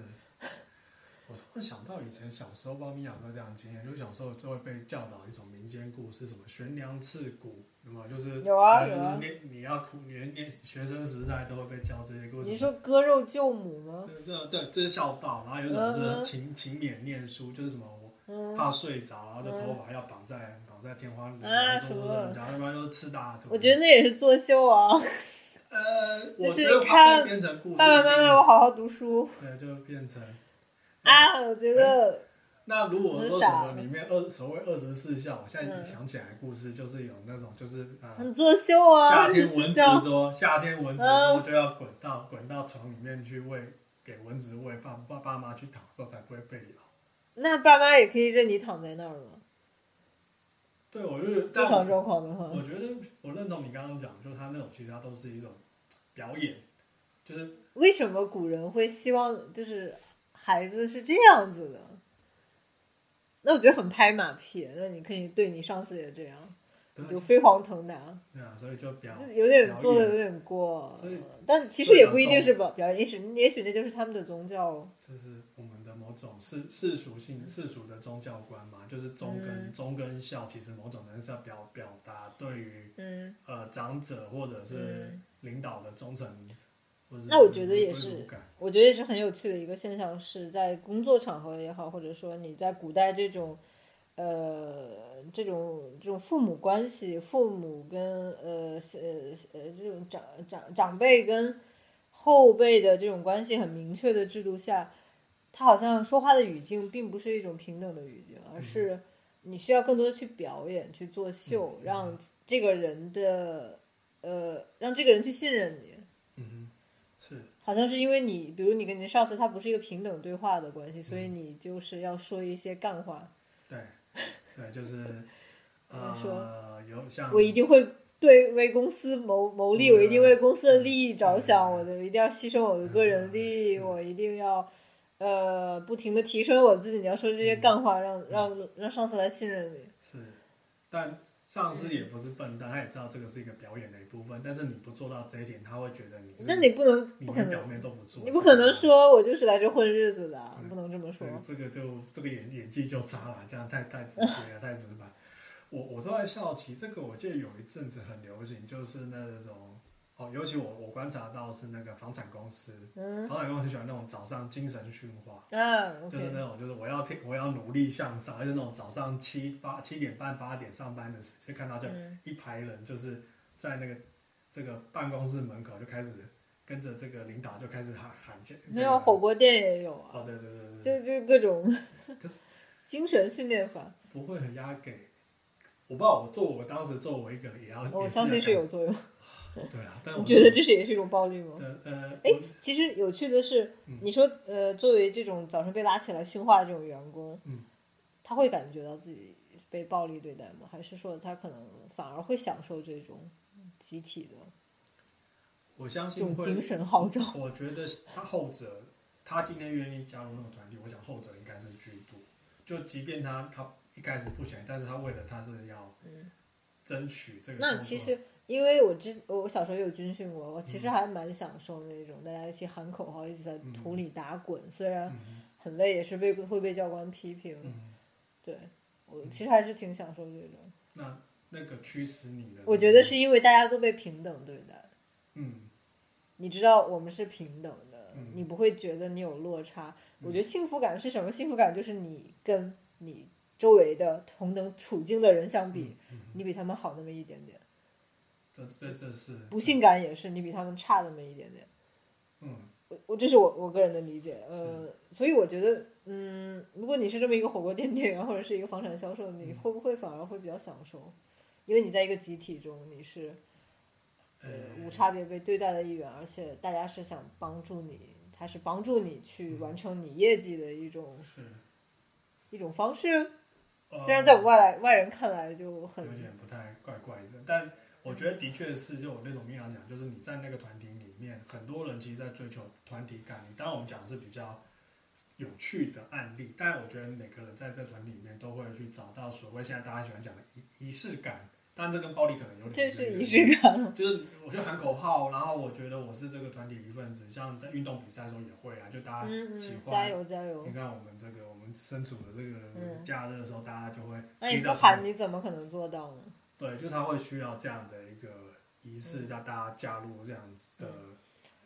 Speaker 2: 我突然想到以前小时候，帮米养哥这样的经验，就小时候就会被教导一种民间故事，什么悬梁刺股，有没有？就是
Speaker 1: 有啊
Speaker 2: 呃
Speaker 1: 有啊
Speaker 2: 你你要哭，你念学生时代都会被教这些故事。
Speaker 1: 你说割肉救母吗？
Speaker 2: 对对对，这是孝道，然后有一种
Speaker 1: 嗯
Speaker 2: 是勤勤勉念书，就是什么我
Speaker 1: 嗯，
Speaker 2: 怕睡着，然后就头发要绑在绑在天花板，
Speaker 1: 啊
Speaker 2: 然后
Speaker 1: 什么
Speaker 2: 然后要不然就是吃大腿。
Speaker 1: 我觉得那也是作秀啊！
Speaker 2: 呃，
Speaker 1: 就
Speaker 2: 我
Speaker 1: 是
Speaker 2: 觉得
Speaker 1: 看
Speaker 2: 它会变成故事，
Speaker 1: 爸爸妈妈，我，好好读书
Speaker 2: 对，就变成。
Speaker 1: 啊！我觉得
Speaker 2: 那如果说
Speaker 1: 很
Speaker 2: 什
Speaker 1: 傻
Speaker 2: 么里面二所谓二十四孝，我现在
Speaker 1: 嗯
Speaker 2: 想起来的故事就是有那种就是啊、呃
Speaker 1: 很作秀啊，
Speaker 2: 夏
Speaker 1: 很
Speaker 2: 天蚊子
Speaker 1: 像
Speaker 2: 多，夏天蚊子
Speaker 1: 嗯
Speaker 2: 多就要滚到滚到床里面去喂给蚊子喂，爸爸爸妈去躺的时候才不会被咬。
Speaker 1: 那爸妈也可以任你躺在那儿吗？
Speaker 2: 对，我就是
Speaker 1: 正常状况的
Speaker 2: 我
Speaker 1: 话，
Speaker 2: 觉得我认同你刚刚讲，就是他那种其实他都是一种表演，就是
Speaker 1: 为什么古人会希望就是孩子是这样子的？那我觉得很拍马屁。那你可以对你上司也这样，
Speaker 2: 对
Speaker 1: 你就飞黄腾达。
Speaker 2: 对啊，所以就表
Speaker 1: 就有点做的
Speaker 2: 表
Speaker 1: 有
Speaker 2: 演
Speaker 1: 点过
Speaker 2: 所以，
Speaker 1: 但其实也不一定是表表演，也许也许那就是他们的宗教。
Speaker 2: 就是我们的某种世世俗性世俗的宗教观嘛，就是忠跟、
Speaker 1: 嗯
Speaker 2: 忠跟孝，其实某种程度是要表表达对于
Speaker 1: 嗯，
Speaker 2: 呃长者或者是
Speaker 1: 嗯
Speaker 2: 领导的忠诚，或者
Speaker 1: 那我觉得也
Speaker 2: 归
Speaker 1: 是
Speaker 2: 属感，
Speaker 1: 我觉得也是很有趣的一个现象，是在工作场合也好，或者说你在古代这种，呃，这种这种父母关系，父母跟呃呃呃这种长长长辈跟后辈的这种关系很明确的制度下，他好像说话的语境并不是一种平等的语境，而是你需要更多的去表演、去作秀，让这个人的呃让这个人去信任你。
Speaker 2: 嗯哼，是
Speaker 1: 好像是因为你，比如你跟你的上司他不是一个平等对话的关系，所以
Speaker 2: 嗯
Speaker 1: 你就是要说一些干话。
Speaker 2: 对，对，就是
Speaker 1: 你说
Speaker 2: 呃有像
Speaker 1: 我一定会对为公司谋谋利，
Speaker 2: 嗯
Speaker 1: 我一定为公司的利益着想，
Speaker 2: 嗯
Speaker 1: 我的一定要牺牲我的个人利益，
Speaker 2: 嗯是
Speaker 1: 我一定要呃不停的提
Speaker 2: 嗯
Speaker 1: 升我自己。你要说这些干话，让让让上司来信任你。
Speaker 2: 是，但上司也不是笨蛋，他也知道这个是一个表演的一部分，但是你不做到这一点，他会觉得你是
Speaker 1: 那你不能
Speaker 2: 嗯你
Speaker 1: 不可
Speaker 2: 连表
Speaker 1: 能，
Speaker 2: 面都不做，嗯
Speaker 1: 你不可能说我就是来这混日子的，不能这么
Speaker 2: 这
Speaker 1: 说
Speaker 2: 个。这个就这个演演技就差了，这样太太直接 了，太直白。我我都在好奇，这个我记得有一阵子很流行，就是那种哦，尤其我我观察到是那个房产公司，
Speaker 1: 嗯
Speaker 2: 房产公司很喜欢那种早上精神驯化，
Speaker 1: 啊
Speaker 2: 就是
Speaker 1: ，OK，
Speaker 2: 那种就是我要拼我要努力向上，就是那种早上七八七点半八点上班的时间，就看到就
Speaker 1: 嗯
Speaker 2: 一排人就是在那个这个办公室门口就开始跟着这个领导就开始喊喊叫，
Speaker 1: 没有火锅店也有啊，
Speaker 2: 哦对对对对对，
Speaker 1: 就就各种
Speaker 2: 可是
Speaker 1: 精神训练法，
Speaker 2: 不会很压给。我不知道，我做我当时作为一个也要，
Speaker 1: 我
Speaker 2: 也
Speaker 1: 哦相信是
Speaker 2: 要
Speaker 1: 有作用。
Speaker 2: 干对啊，但我
Speaker 1: 你觉得这是也是一种暴力吗？
Speaker 2: 呃呃，
Speaker 1: 哎
Speaker 2: 我
Speaker 1: 其实有趣的是
Speaker 2: 嗯，
Speaker 1: 你说呃，作为这种早晨被拉起来训话的这种员工，
Speaker 2: 嗯
Speaker 1: 他会感觉到自己被暴力对待吗？还是说他可能反而会享受这种集体的
Speaker 2: 我相
Speaker 1: 这
Speaker 2: 信
Speaker 1: 种精
Speaker 2: 会，
Speaker 1: 神号召？
Speaker 2: 我觉得他后者，他今天愿意加入那个团体，我想后者应该是居多。就即便他他一开始不想，但是他为了他是要
Speaker 1: 嗯
Speaker 2: 争取这个工作。
Speaker 1: 那其实，因为我之我小时候有军训过，我
Speaker 2: 嗯
Speaker 1: 其实还蛮享受那种大家一起喊口号，一起在土里打滚，虽然
Speaker 2: 嗯
Speaker 1: 很累，也是被会被教官批评。
Speaker 2: 嗯，
Speaker 1: 对我其实还是挺享受这种，
Speaker 2: 那那个驱使你的，
Speaker 1: 我觉得是因为大家都被平等对待。
Speaker 2: 嗯
Speaker 1: 你知道我们是平等的，
Speaker 2: 嗯
Speaker 1: 你不会觉得你有落差。我觉得幸福感是什么？幸福感就是你跟你周围的同等处境的人相比，
Speaker 2: 嗯
Speaker 1: 你比他们好那么一点点；
Speaker 2: 这这这是
Speaker 1: 不幸感也是你比他们差那么一点点。
Speaker 2: 嗯
Speaker 1: 我我这是我我个人的理解，呃，所以我觉得，嗯，如果你是这么一个火锅店店员或者是一个房产销售，你
Speaker 2: 嗯
Speaker 1: 会不会反而会比较享受？因为你在一个集体中，你是
Speaker 2: 呃
Speaker 1: 呃无差别被对待的一员，而且大家是想帮助你，他是帮助你去完成你业绩的一种
Speaker 2: 是，
Speaker 1: 一种方式。
Speaker 2: 呃
Speaker 1: 虽然在我外来外人看来就很
Speaker 2: 有点不太怪怪的，但我觉得的确是，就我那种面上讲，就是你在那个团体里面，很多人其实在追求团体感。当然我们讲的是比较有趣的案例，但我觉得每个人在这个团体里面都会去找到所谓现在大家喜欢讲的仪仪式感，但这跟暴力可能有点
Speaker 1: 这是
Speaker 2: 渊源
Speaker 1: 仪式感，
Speaker 2: 就是我就喊口号，然后我觉得我是这个团体一份子，像在运动比赛的时候也会啊，就大家
Speaker 1: 嗯嗯
Speaker 2: 喜，
Speaker 1: 加
Speaker 2: 欢。
Speaker 1: 油加油
Speaker 2: 你！看我们这个我们身处的这个
Speaker 1: 嗯
Speaker 2: 假日的时候，大家就会
Speaker 1: 那你
Speaker 2: 听
Speaker 1: 不
Speaker 2: 着
Speaker 1: 喊，你怎么可能做到呢？
Speaker 2: 对，就他会需要这样的一个仪
Speaker 1: 嗯
Speaker 2: 式，让大家加入这样子的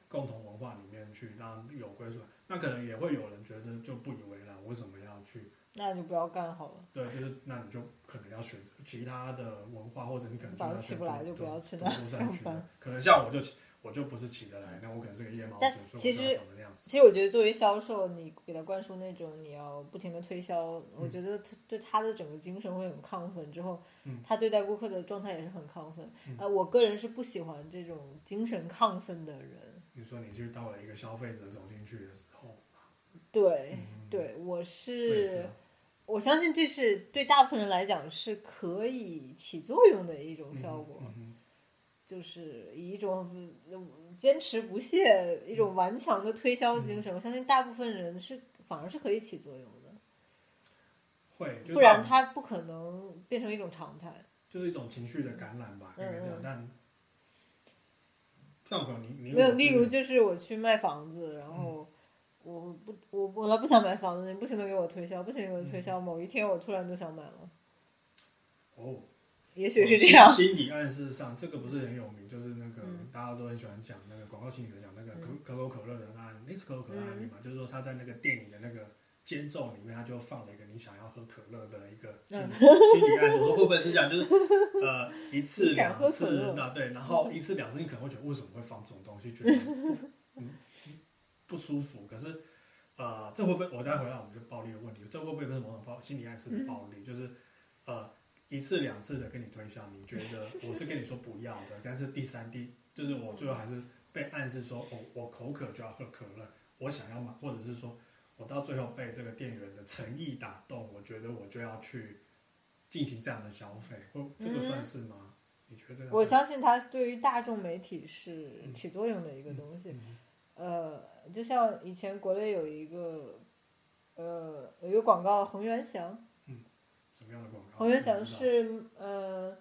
Speaker 2: 共同文化里面去，让有归属感。那可能也会有人觉得就不以为然，为什么要去？
Speaker 1: 那就不要干好了，
Speaker 2: 对，就是那你就可能要选择其他的文化，或者你可能
Speaker 1: 早上起不来就不要去那
Speaker 2: 路上去
Speaker 1: 上
Speaker 2: 了
Speaker 1: 班。
Speaker 2: 可能像我就起我就不是起得来，那我可能是个夜猫子
Speaker 1: 但，
Speaker 2: 所
Speaker 1: 其
Speaker 2: 以
Speaker 1: 实
Speaker 2: 我就要长成那样子。
Speaker 1: 其实我觉得，作为销售，你给他灌输那种你要不停的推销，我觉得他对他的整个精神会很亢奋，之后、
Speaker 2: 嗯
Speaker 1: 他对待顾客的状态也是很亢奋。
Speaker 2: 嗯
Speaker 1: 呃，我个人是不喜欢这种精神亢奋的人。
Speaker 2: 你说你去到了一个消费者走进去的时候，
Speaker 1: 对，
Speaker 2: 嗯，
Speaker 1: 哎对我
Speaker 2: 我也
Speaker 1: 是，
Speaker 2: 是啊
Speaker 1: 我相信这是对大部分人来讲是可以起作用的一种效果，
Speaker 2: 嗯嗯
Speaker 1: 就是以一种嗯坚持不懈、一
Speaker 2: 嗯
Speaker 1: 种顽强的推销精神。我相信大部分人是反而是可以起作用的。
Speaker 2: 会，就
Speaker 1: 不然
Speaker 2: 让
Speaker 1: 它不可能变成一种常态。
Speaker 2: 就是一种情绪的感染吧，应
Speaker 1: 嗯
Speaker 2: 该这样。
Speaker 1: 嗯
Speaker 2: 但像我你你
Speaker 1: 没有，
Speaker 2: 我
Speaker 1: 例
Speaker 2: 自己
Speaker 1: 如就是我去卖房子，然
Speaker 2: 嗯
Speaker 1: 后我不我我本来不想买房子，你不停的给我推销，不停的给我
Speaker 2: 嗯
Speaker 1: 推销，某一天我突然就想买了，
Speaker 2: 哦，
Speaker 1: 也许是这样。
Speaker 2: 心心理暗示上，这个不是很有名，就是那个、
Speaker 1: 嗯
Speaker 2: 大家都很喜欢讲那个广告心理学，讲那个可
Speaker 1: 嗯
Speaker 2: 可口可乐的那案例，那是可口可乐的案例嘛，就是说他在那个电影的那个。间奏里面，他就放了一个你想要喝可乐的一个心
Speaker 1: 嗯
Speaker 2: 理心理暗示，我说会不会是 这样？就是呃一次
Speaker 1: 你想喝
Speaker 2: 两
Speaker 1: 可乐
Speaker 2: 次，那对，然后一次两次，你可能会觉得为什么会放这种东西，觉得嗯不舒服。可是呃，这会不会我再回到我们就暴力的问题，这会不会跟某种暴心理暗示
Speaker 1: 嗯
Speaker 2: 的暴力，就是呃一次两次的跟你推销，你觉 得我是跟你说不要的，但是第三第就是我最后还是被暗示说我、我口渴就要喝可乐，我想要买，或者是说我到最后被这个店员的诚意打动，我觉得我就要去进行这样的消费，会这个算是吗？你觉得这个
Speaker 1: 嗯我
Speaker 2: 算
Speaker 1: 相信它对于大众媒体是起作用的一个东西。
Speaker 2: 嗯
Speaker 1: 呃，就像以前国内有一个呃
Speaker 2: 哦
Speaker 1: 有一个广告，恒源祥，
Speaker 2: 什么样的广告？
Speaker 1: 洪源祥
Speaker 2: 我
Speaker 1: 是呃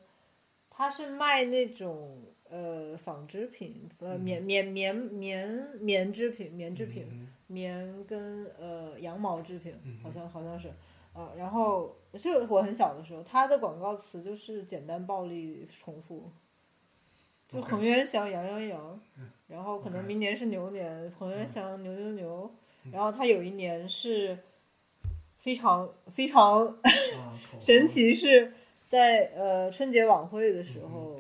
Speaker 1: 他是卖那种呃纺织品，呃
Speaker 2: 嗯
Speaker 1: 棉棉棉棉棉制品、棉制品、
Speaker 2: 嗯
Speaker 1: 棉跟呃羊毛制品
Speaker 2: 嗯，
Speaker 1: 好像好像是。啊，然后是我很小的时候，他的广告词就是简单暴力重复，就
Speaker 2: OK
Speaker 1: 恒源祥羊羊羊
Speaker 2: 嗯，
Speaker 1: 然后可能
Speaker 2: OK
Speaker 1: 明年是牛年，恒源
Speaker 2: 嗯
Speaker 1: 祥牛牛牛
Speaker 2: 嗯，
Speaker 1: 然后他有一年是非常非常
Speaker 2: 啊口 红
Speaker 1: 神奇是在呃春节晚会的时候，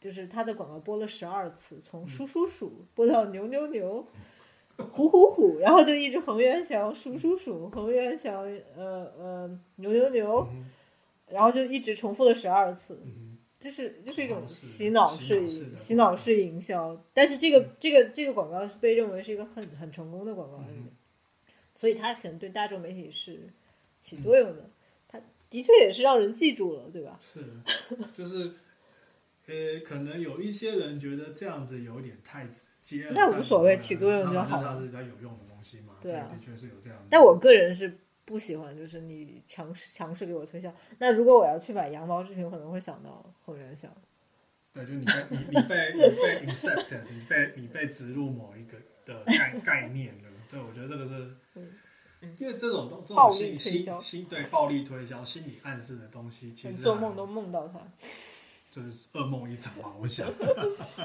Speaker 1: 就是他的广告播了十二次，从数数数播到牛牛牛，虎虎虎，然后就一直恒源祥数数数，恒源祥呃呃牛牛牛，
Speaker 2: 嗯
Speaker 1: 然后就一直重复了十二次，
Speaker 2: 嗯
Speaker 1: 就是就是一种
Speaker 2: 哦是
Speaker 1: 洗脑
Speaker 2: 洗
Speaker 1: 式
Speaker 2: 脑式的嗯
Speaker 1: 洗脑式营销，但是这个这个这个广告是被认为是一个很很成功的广告案
Speaker 2: 嗯
Speaker 1: 例，所以它可能对大众媒体是
Speaker 2: 嗯
Speaker 1: 起作用的，它的确也是让人记住了，对吧？
Speaker 2: 是，就是，呃，可能有一些人觉得这样子有点太直接了，
Speaker 1: 那
Speaker 2: 太
Speaker 1: 无所谓
Speaker 2: 直接
Speaker 1: 起作用
Speaker 2: 那
Speaker 1: 就
Speaker 2: 反正
Speaker 1: 好
Speaker 2: 它
Speaker 1: 了
Speaker 2: 是比较有用的东西嘛，
Speaker 1: 对啊
Speaker 2: 的确是有这样的。
Speaker 1: 但我个人是不喜欢，就是你强势强势给我推销。那如果我要去买羊毛制品，我可能会想到恒源祥。
Speaker 2: 对，就你被你你被你被 incept，你被你被植入某一个的概概念了。对，我觉得这个是
Speaker 1: 嗯，
Speaker 2: 因为这种东这
Speaker 1: 暴
Speaker 2: 种
Speaker 1: 力
Speaker 2: 心
Speaker 1: 推销
Speaker 2: 心心对暴力推销、心理暗示的东西，其
Speaker 1: 你
Speaker 2: 实
Speaker 1: 做梦
Speaker 2: 还
Speaker 1: 都梦到它。
Speaker 2: 就是噩梦一场嘛。我想，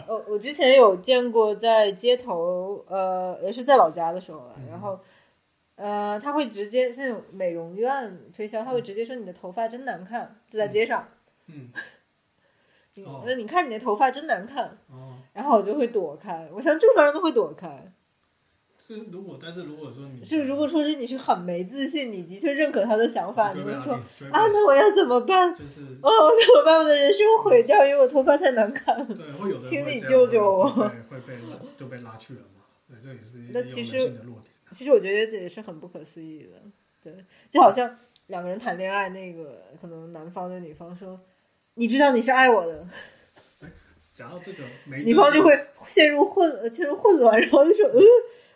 Speaker 1: 呃，我之前有见过在街头，呃，也是在老家的时候了，然后，呃，他会直接是那种美容院推销，他会直接说你的头发真难看，就在街上，
Speaker 2: 嗯，
Speaker 1: 你
Speaker 2: 哦
Speaker 1: 那、你看你的头发真难看，
Speaker 2: 哦，
Speaker 1: 然后我就会躲开，我想正常人都会躲
Speaker 2: 嗯
Speaker 1: 开，
Speaker 2: 是如果，但是如果说你
Speaker 1: 是如果说是你是很没自信，你的确认可他的想法，你
Speaker 2: 对不
Speaker 1: 会
Speaker 2: 了
Speaker 1: 说
Speaker 2: 解对不
Speaker 1: 啊，
Speaker 2: 了
Speaker 1: 那我要怎么办？
Speaker 2: 就是
Speaker 1: 哦，我怎么把我的人生毁掉？因为我头发太难看了。
Speaker 2: 对，会有的人
Speaker 1: 请
Speaker 2: 会
Speaker 1: 你
Speaker 2: 这
Speaker 1: 救
Speaker 2: 样
Speaker 1: 救我
Speaker 2: 会被会被拉就被拉去了嘛。对，这也是一
Speaker 1: 那
Speaker 2: 个
Speaker 1: 其
Speaker 2: 有
Speaker 1: 实
Speaker 2: 人性的弱点。
Speaker 1: 其实我觉得这也是很不可思议的，对，就好像两个人谈恋爱，那个可能男方对女方说：“你知道你是爱我的。
Speaker 2: 讲到这个，”每
Speaker 1: 女方就会陷入混呃陷入混乱，然后就说：“嗯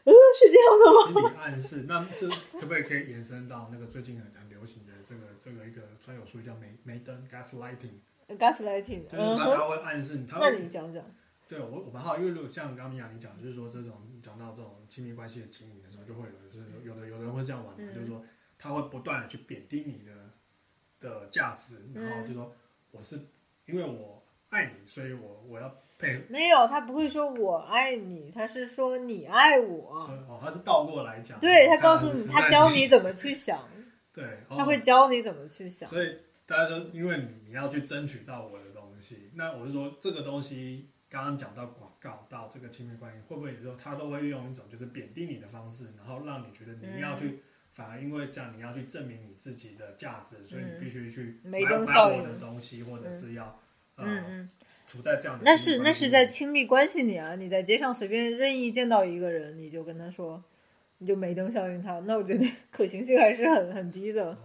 Speaker 1: 嗯，是这样的吗
Speaker 2: 心理暗示，那这可不可以可以延伸到那个最近很很流行的这个这个一个专有术语叫梅梅登 gaslighting，
Speaker 1: 呃？”gaslighting，
Speaker 2: 就是
Speaker 1: 嗯
Speaker 2: 他
Speaker 1: 哼，
Speaker 2: 他会暗示你，他
Speaker 1: 那你
Speaker 2: 会
Speaker 1: 讲讲，
Speaker 2: 对我我蛮好，因为如果像刚米娅你讲，就是说这种讲到这种亲密关系的经营的时候，就会有就是有有的有的人会这样玩嘛，
Speaker 1: 嗯
Speaker 2: 就是说他会不断的去贬低你的的价值，然
Speaker 1: 嗯
Speaker 2: 后就说我是因为我爱你，所以我我要配合
Speaker 1: 没有，他不会说我爱你，他是说你爱
Speaker 2: 所
Speaker 1: 我
Speaker 2: 以，哦，他是倒过来讲，
Speaker 1: 对他
Speaker 2: 看
Speaker 1: 告
Speaker 2: 来
Speaker 1: 诉你，
Speaker 2: 是
Speaker 1: 他
Speaker 2: 在
Speaker 1: 教你怎么去想，
Speaker 2: 对，
Speaker 1: 他
Speaker 2: 哦
Speaker 1: 会教你怎么去想，
Speaker 2: 所以大家说，因为你要去争取到我的东西，那我是说这个东西，刚刚讲到广告到这个亲密关系，会不会有时候他都会用一种就是贬低你的方式，然后让你觉得你要
Speaker 1: 嗯
Speaker 2: 去，反而因为这样你要去证明你自己的价值，所以你必须去
Speaker 1: 梅
Speaker 2: 买
Speaker 1: 登
Speaker 2: 买
Speaker 1: 效
Speaker 2: 我
Speaker 1: 应
Speaker 2: 的东西，或者是要、
Speaker 1: 嗯
Speaker 2: 呃
Speaker 1: 嗯。
Speaker 2: 处在这样的
Speaker 1: 那
Speaker 2: 亲密
Speaker 1: 是
Speaker 2: 关
Speaker 1: 那
Speaker 2: 系
Speaker 1: 是在亲密关系里啊，你在街上随便任意见到一个人，你就跟他说，你就没灯效应他，那我觉得 可行性还是很很低的。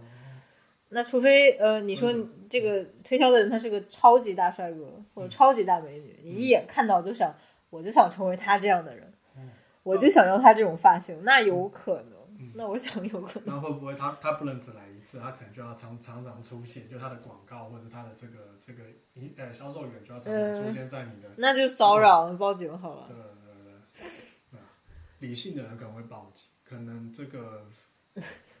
Speaker 1: 那除非呃，你说
Speaker 2: 哦为什
Speaker 1: 你
Speaker 2: 么嗯
Speaker 1: 这个推销的人他是个超级大帅哥或者超级大美女，你一眼看到就想，我就想成为他这样的人，
Speaker 2: 嗯
Speaker 1: 我就想要他这种发型，那有可能，
Speaker 2: 嗯
Speaker 1: 那我想有 可能。
Speaker 2: 那会不会他他不能只来一次，他可能就要常常常出现，就他的广告或者他的这个这个一呃销售员就要常常出现在你的
Speaker 1: 那就骚扰啊报警好了
Speaker 2: 对，对对，啊理性的人可能会报警，可能这个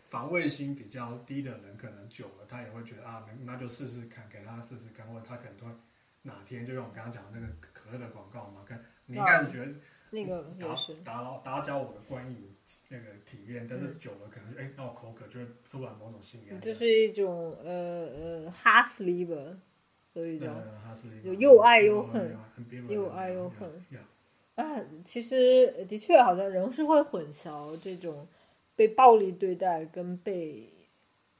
Speaker 2: 防卫心比较低的人，可能久了他也会觉得啊，那那就试试看，给他试试看，或者他可能会哪天就像我刚刚讲的那个可乐的广告嘛，看你应该是觉得
Speaker 1: 啊那个也
Speaker 2: 打
Speaker 1: 是。
Speaker 2: 打扰打搅我的观影那个体验，但是久了可能就哎、那我口渴就会突然某种性感，
Speaker 1: 嗯就是一种呃呃哈斯利吧，所以
Speaker 2: 对
Speaker 1: 叫
Speaker 2: 对对他是一个
Speaker 1: 就又爱又恨
Speaker 2: 又爱很逼人
Speaker 1: 又爱又恨
Speaker 2: 呀
Speaker 1: 啊，其实呃的确好像人是会混淆这种被暴力对待跟被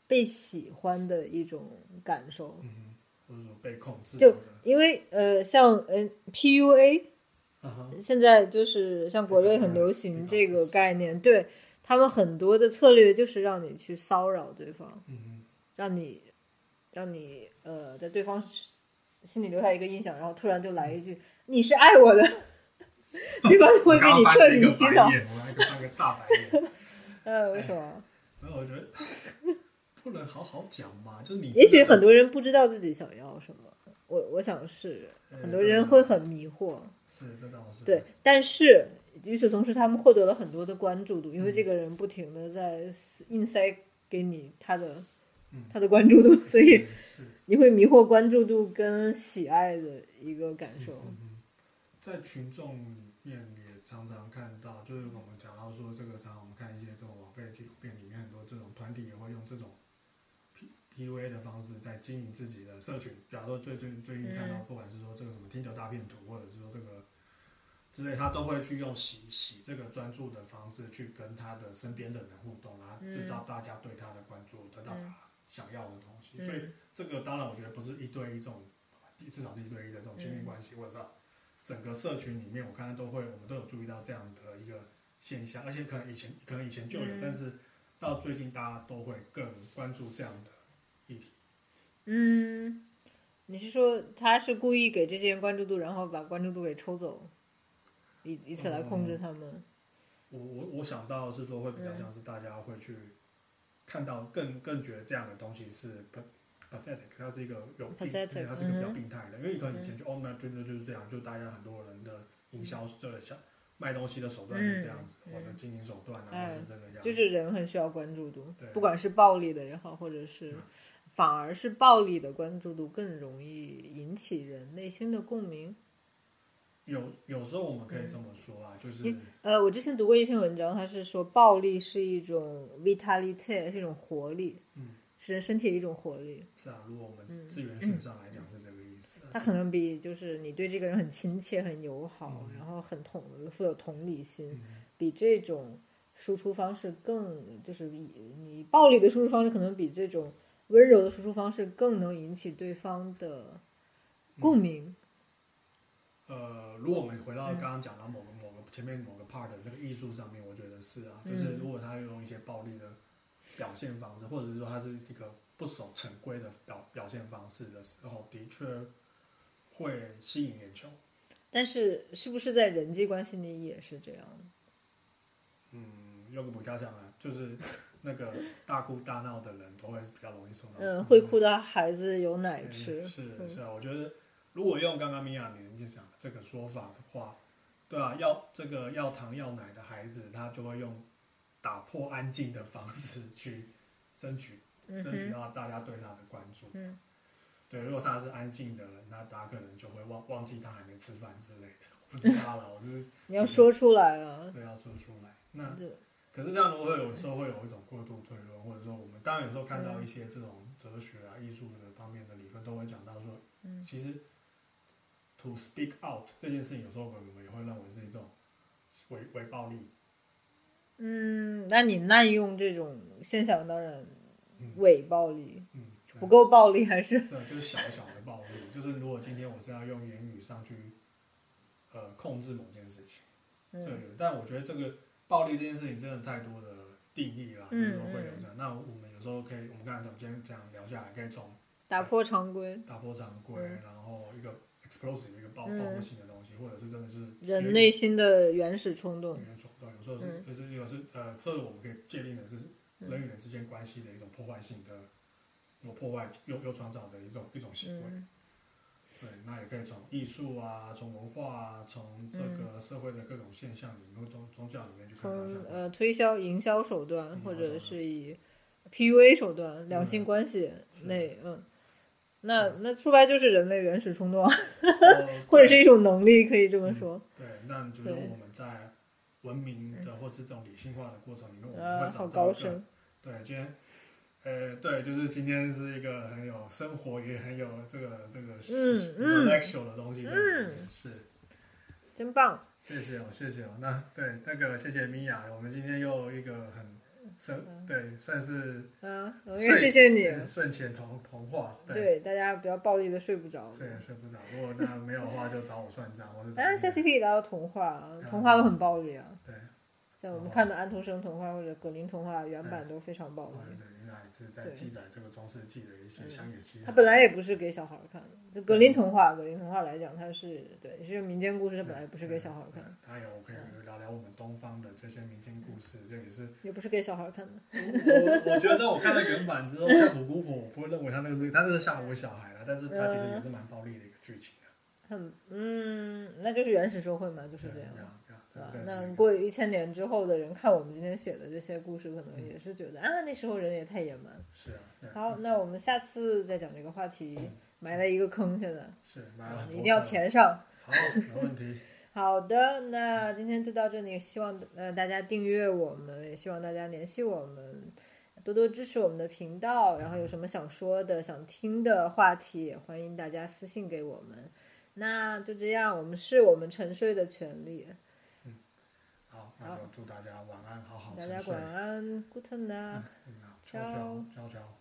Speaker 1: 被喜欢的一种感受，
Speaker 2: 嗯哼，或者说被控制
Speaker 1: 就
Speaker 2: 或者
Speaker 1: 因为呃像嗯、PUA
Speaker 2: 嗯哼
Speaker 1: 现在就是像国内很流行这个概念，对他们很多的策略就是让你去骚扰对方。
Speaker 2: 嗯哼。
Speaker 1: 让你让你呃在对方心心里留下一个印象，然后突然就来一句“你是爱我的”， 对方就会被你彻底洗脑。
Speaker 2: 我来个翻个大白眼。
Speaker 1: 嗯，为什么？
Speaker 2: 没有，我觉得不能好好讲嘛，就是你。
Speaker 1: 也许很多人不知道自己想要什么。我我想是
Speaker 2: 呃
Speaker 1: 很多
Speaker 2: 这
Speaker 1: 人
Speaker 2: 倒
Speaker 1: 会很迷惑，
Speaker 2: 是这倒是
Speaker 1: 对，但是与此同时，他们获得了很多的关注度，因
Speaker 2: 嗯
Speaker 1: 为这个人不停的在撕硬塞给你他的、
Speaker 2: 嗯
Speaker 1: 他的关注度， 所以
Speaker 2: 是是
Speaker 1: 你会迷惑关注度跟喜爱的一个感受。
Speaker 2: 嗯嗯，在群众里面也常常看到，就是我们讲到说这个，常常我们看一些这种网费纪录片里面很多这种团体也会用这种 P P U A 的方式在经营自己的社群。假如说最最最近看到，不管是说这个什么听酒大片图，或者是说这个之类，他都会去用洗洗这个专注的方式去跟他的身边的人互动，然后制造大家对他的关注，得到他想要的东西。所以
Speaker 1: 嗯，
Speaker 2: 这个当然，我觉得不是一对一这种，至少是一对一的这种亲密关系，或者是整个社群里面，我看到都会，我们都有注意到这样的一个现象，而且可能以前可能以前就有，
Speaker 1: 嗯
Speaker 2: 但是到最近大家都会更关注这样的议题。
Speaker 1: 嗯，你是说他是故意给这些人关注度，然后把关注度给抽走，以以此来控制
Speaker 2: 嗯
Speaker 1: 他们？
Speaker 2: 我我我想到的是说，会比
Speaker 1: 嗯
Speaker 2: 较像是大家会去看到更更觉得这样的东西是 pa- pathetic，它是一个有病，
Speaker 1: Pathetic，
Speaker 2: 对它是一个比较
Speaker 1: 嗯
Speaker 2: 病态的，因为可能以前就哦，那真的就是这样，就大家很多人的营销这小卖东西的手段是这样子，
Speaker 1: 嗯
Speaker 2: 或者经营手段啊，
Speaker 1: 哎
Speaker 2: 或者是这个样子，
Speaker 1: 就是人很需要关注度
Speaker 2: 对，
Speaker 1: 不管是暴力的也好，或者是
Speaker 2: 嗯
Speaker 1: 反而是暴力的关注度更容易引起人内心的共鸣。
Speaker 2: 有有时候我们
Speaker 1: 嗯
Speaker 2: 可以这么说啊，就是
Speaker 1: 呃，我之前读过一篇文章，它是说暴力是一种 vitality，是一种活力，
Speaker 2: 嗯
Speaker 1: 是人身体的一种活力。
Speaker 2: 是啊，如果我们资源学上来讲是这个意思，
Speaker 1: 嗯
Speaker 2: 啊
Speaker 1: 它可能比就是你对这个人很亲切、很友好，
Speaker 2: 嗯
Speaker 1: 然后很同富有同理心，
Speaker 2: 嗯
Speaker 1: 比这种输出方式更就是以你暴力的输出方式，可能比这种温柔的输出方式更能引起对方的共鸣。
Speaker 2: 呃，如果我们回
Speaker 1: 嗯
Speaker 2: 到刚刚讲到某个某个前面某个 part 的那个艺术上面，我觉得是啊，就是
Speaker 1: 嗯
Speaker 2: 如果他用一些暴力的表现方式，或者是说他是一个不守成规的表表现方式的时候，的确会吸引眼球。
Speaker 1: 但是是不是在人际关系里也是这样的？
Speaker 2: 嗯，用个比较讲啊，就是那个大哭大闹的人都会比较容易受到。
Speaker 1: 嗯，会哭的孩子有奶吃
Speaker 2: 嗯。是
Speaker 1: 嗯
Speaker 2: 是啊，我觉得如果用刚刚米娅您就讲这个说法的话，对啊，要这个要糖要奶的孩子，他就会用打破安静的方式去争取，
Speaker 1: 嗯
Speaker 2: 争取
Speaker 1: 哼，
Speaker 2: 到大家对他的关注。
Speaker 1: 嗯
Speaker 2: 对，如果他是安静的人，那大家可能就会忘忘记他还没吃饭之类的。我不知道啦，我只是
Speaker 1: 你要说出来啊。
Speaker 2: 对要说出来。那
Speaker 1: 对
Speaker 2: 可是这样，如果有时候会有一种过度推论，或者说我们当然有时候看到一些这种哲学啊、艺术的方面的理论，都会讲到说，
Speaker 1: 嗯
Speaker 2: 其实 to speak out 这件事情，有时候我们也会认为是一种为为暴力。
Speaker 1: 嗯，那你滥用这种现象，当然
Speaker 2: 嗯
Speaker 1: 伪暴力
Speaker 2: 嗯，
Speaker 1: 不够暴力，还是
Speaker 2: 对，就是小小 的暴力，就是如果今天我是要用言语上去呃控制某件事情。这个
Speaker 1: 嗯，
Speaker 2: 有，但我觉得这个暴力这件事情真的太多的定义啦，
Speaker 1: 嗯
Speaker 2: 就是说会有这样。那我们有时候可以，我们刚才讲今天这样聊下来，可以从
Speaker 1: 打破常规，
Speaker 2: 打破常规，
Speaker 1: 嗯
Speaker 2: 然后一个 explosive 一个爆
Speaker 1: 嗯
Speaker 2: 爆破性的东西，或者是真的就是
Speaker 1: 人内心的原始冲动
Speaker 2: 语。言冲动，有时候是就是有时候呃，或者我们可以界定的是人与人之间关系的一种破坏性的，有破坏又又创造的一种一种行为。
Speaker 1: 嗯
Speaker 2: 对，那也可以从艺术啊，从文化啊，从这个社会的各种现象里面，宗宗教里面去看到
Speaker 1: 从
Speaker 2: 像
Speaker 1: 呃推销、营销手段，
Speaker 2: 营销
Speaker 1: 或
Speaker 2: 手
Speaker 1: 者
Speaker 2: 段
Speaker 1: 是以 PUA 手段、两性
Speaker 2: 嗯
Speaker 1: 关系
Speaker 2: 是
Speaker 1: 内，嗯，那那说白就是人类原始冲动啊，
Speaker 2: 呃
Speaker 1: 或者是一种能力，可以这么说。
Speaker 2: 对，那就是
Speaker 1: 对
Speaker 2: 我们在文明的或是这种理性化的过程里面，嗯我们
Speaker 1: 啊，
Speaker 2: 会
Speaker 1: 好
Speaker 2: 找
Speaker 1: 高
Speaker 2: 到一个
Speaker 1: 深，
Speaker 2: 对，今天，呃，对，就是今天是一个很有生活也很有这个这个
Speaker 1: 嗯
Speaker 2: intellectual 的东西在里面，
Speaker 1: 嗯
Speaker 2: 是。
Speaker 1: 真棒！
Speaker 2: 谢谢哦，谢谢哦。那对那个，谢谢米娅，我们今天又一个很深，对，算是
Speaker 1: 嗯，我也
Speaker 2: 睡
Speaker 1: 谢谢你。
Speaker 2: 嗯睡前童童话，
Speaker 1: 对，
Speaker 2: 对，
Speaker 1: 大家不要暴力的睡不着。
Speaker 2: 睡也睡不着。如果那没有的话，就找我算账，我是
Speaker 1: 当然，啊下期可以聊聊童话啊，
Speaker 2: 嗯
Speaker 1: 童话都很暴力啊，
Speaker 2: 对，
Speaker 1: 像我们
Speaker 2: 哦
Speaker 1: 看的安徒生童话或者格林童话原版都非常暴
Speaker 2: 我
Speaker 1: 力。
Speaker 2: 们的云南是在
Speaker 1: 对
Speaker 2: 记载这个中世纪的一些
Speaker 1: 嗯
Speaker 2: 乡野奇
Speaker 1: 它
Speaker 2: 谈。
Speaker 1: 本来也不是给小孩儿看的，就格
Speaker 2: 嗯
Speaker 1: 林童话，格林童话来讲，它是对是民间故事，它本来不是给小孩儿看的，
Speaker 2: 嗯。还有可以聊聊我们东方的这些民间故事，这也是
Speaker 1: 也不是给小孩儿看的。
Speaker 2: 我我觉得我看了原版之后，看虎姑婆，我不会认为他那个是他那是吓唬小孩啦，啊，但是它其实也是蛮暴力的一个剧情啊。
Speaker 1: 很嗯，那就是原始社会嘛，嗯就是这样。
Speaker 2: 对啊，对
Speaker 1: 对吧
Speaker 2: 啊对啊
Speaker 1: 那
Speaker 2: 对啊
Speaker 1: 过一千年之后的人看我们今天写的这些故事，可
Speaker 2: 嗯
Speaker 1: 能也是觉得、啊，那时候人也太野蛮。
Speaker 2: 是啊，对啊
Speaker 1: 好，那我们下次再讲这个话题，埋了一个坑，现在
Speaker 2: 是买嗯了很
Speaker 1: 啊你
Speaker 2: 多
Speaker 1: 一定要
Speaker 2: 份。
Speaker 1: 填上。
Speaker 2: 好，没问题。
Speaker 1: 好的，那今天就到这里，希望呃大家订阅我们，呃也希望大家联系我们，多多支持我们的频道。然后有什么想说的、想听的话题，也欢迎大家私信给我们。那就这样，我们是我们沉睡的权利，
Speaker 2: 好，那就祝大家晚安，好好
Speaker 1: 大
Speaker 2: 沉
Speaker 1: 家
Speaker 2: 睡
Speaker 1: 晚。安，Good night。
Speaker 2: 嗯，好，
Speaker 1: Ciao
Speaker 2: 悄悄，悄悄。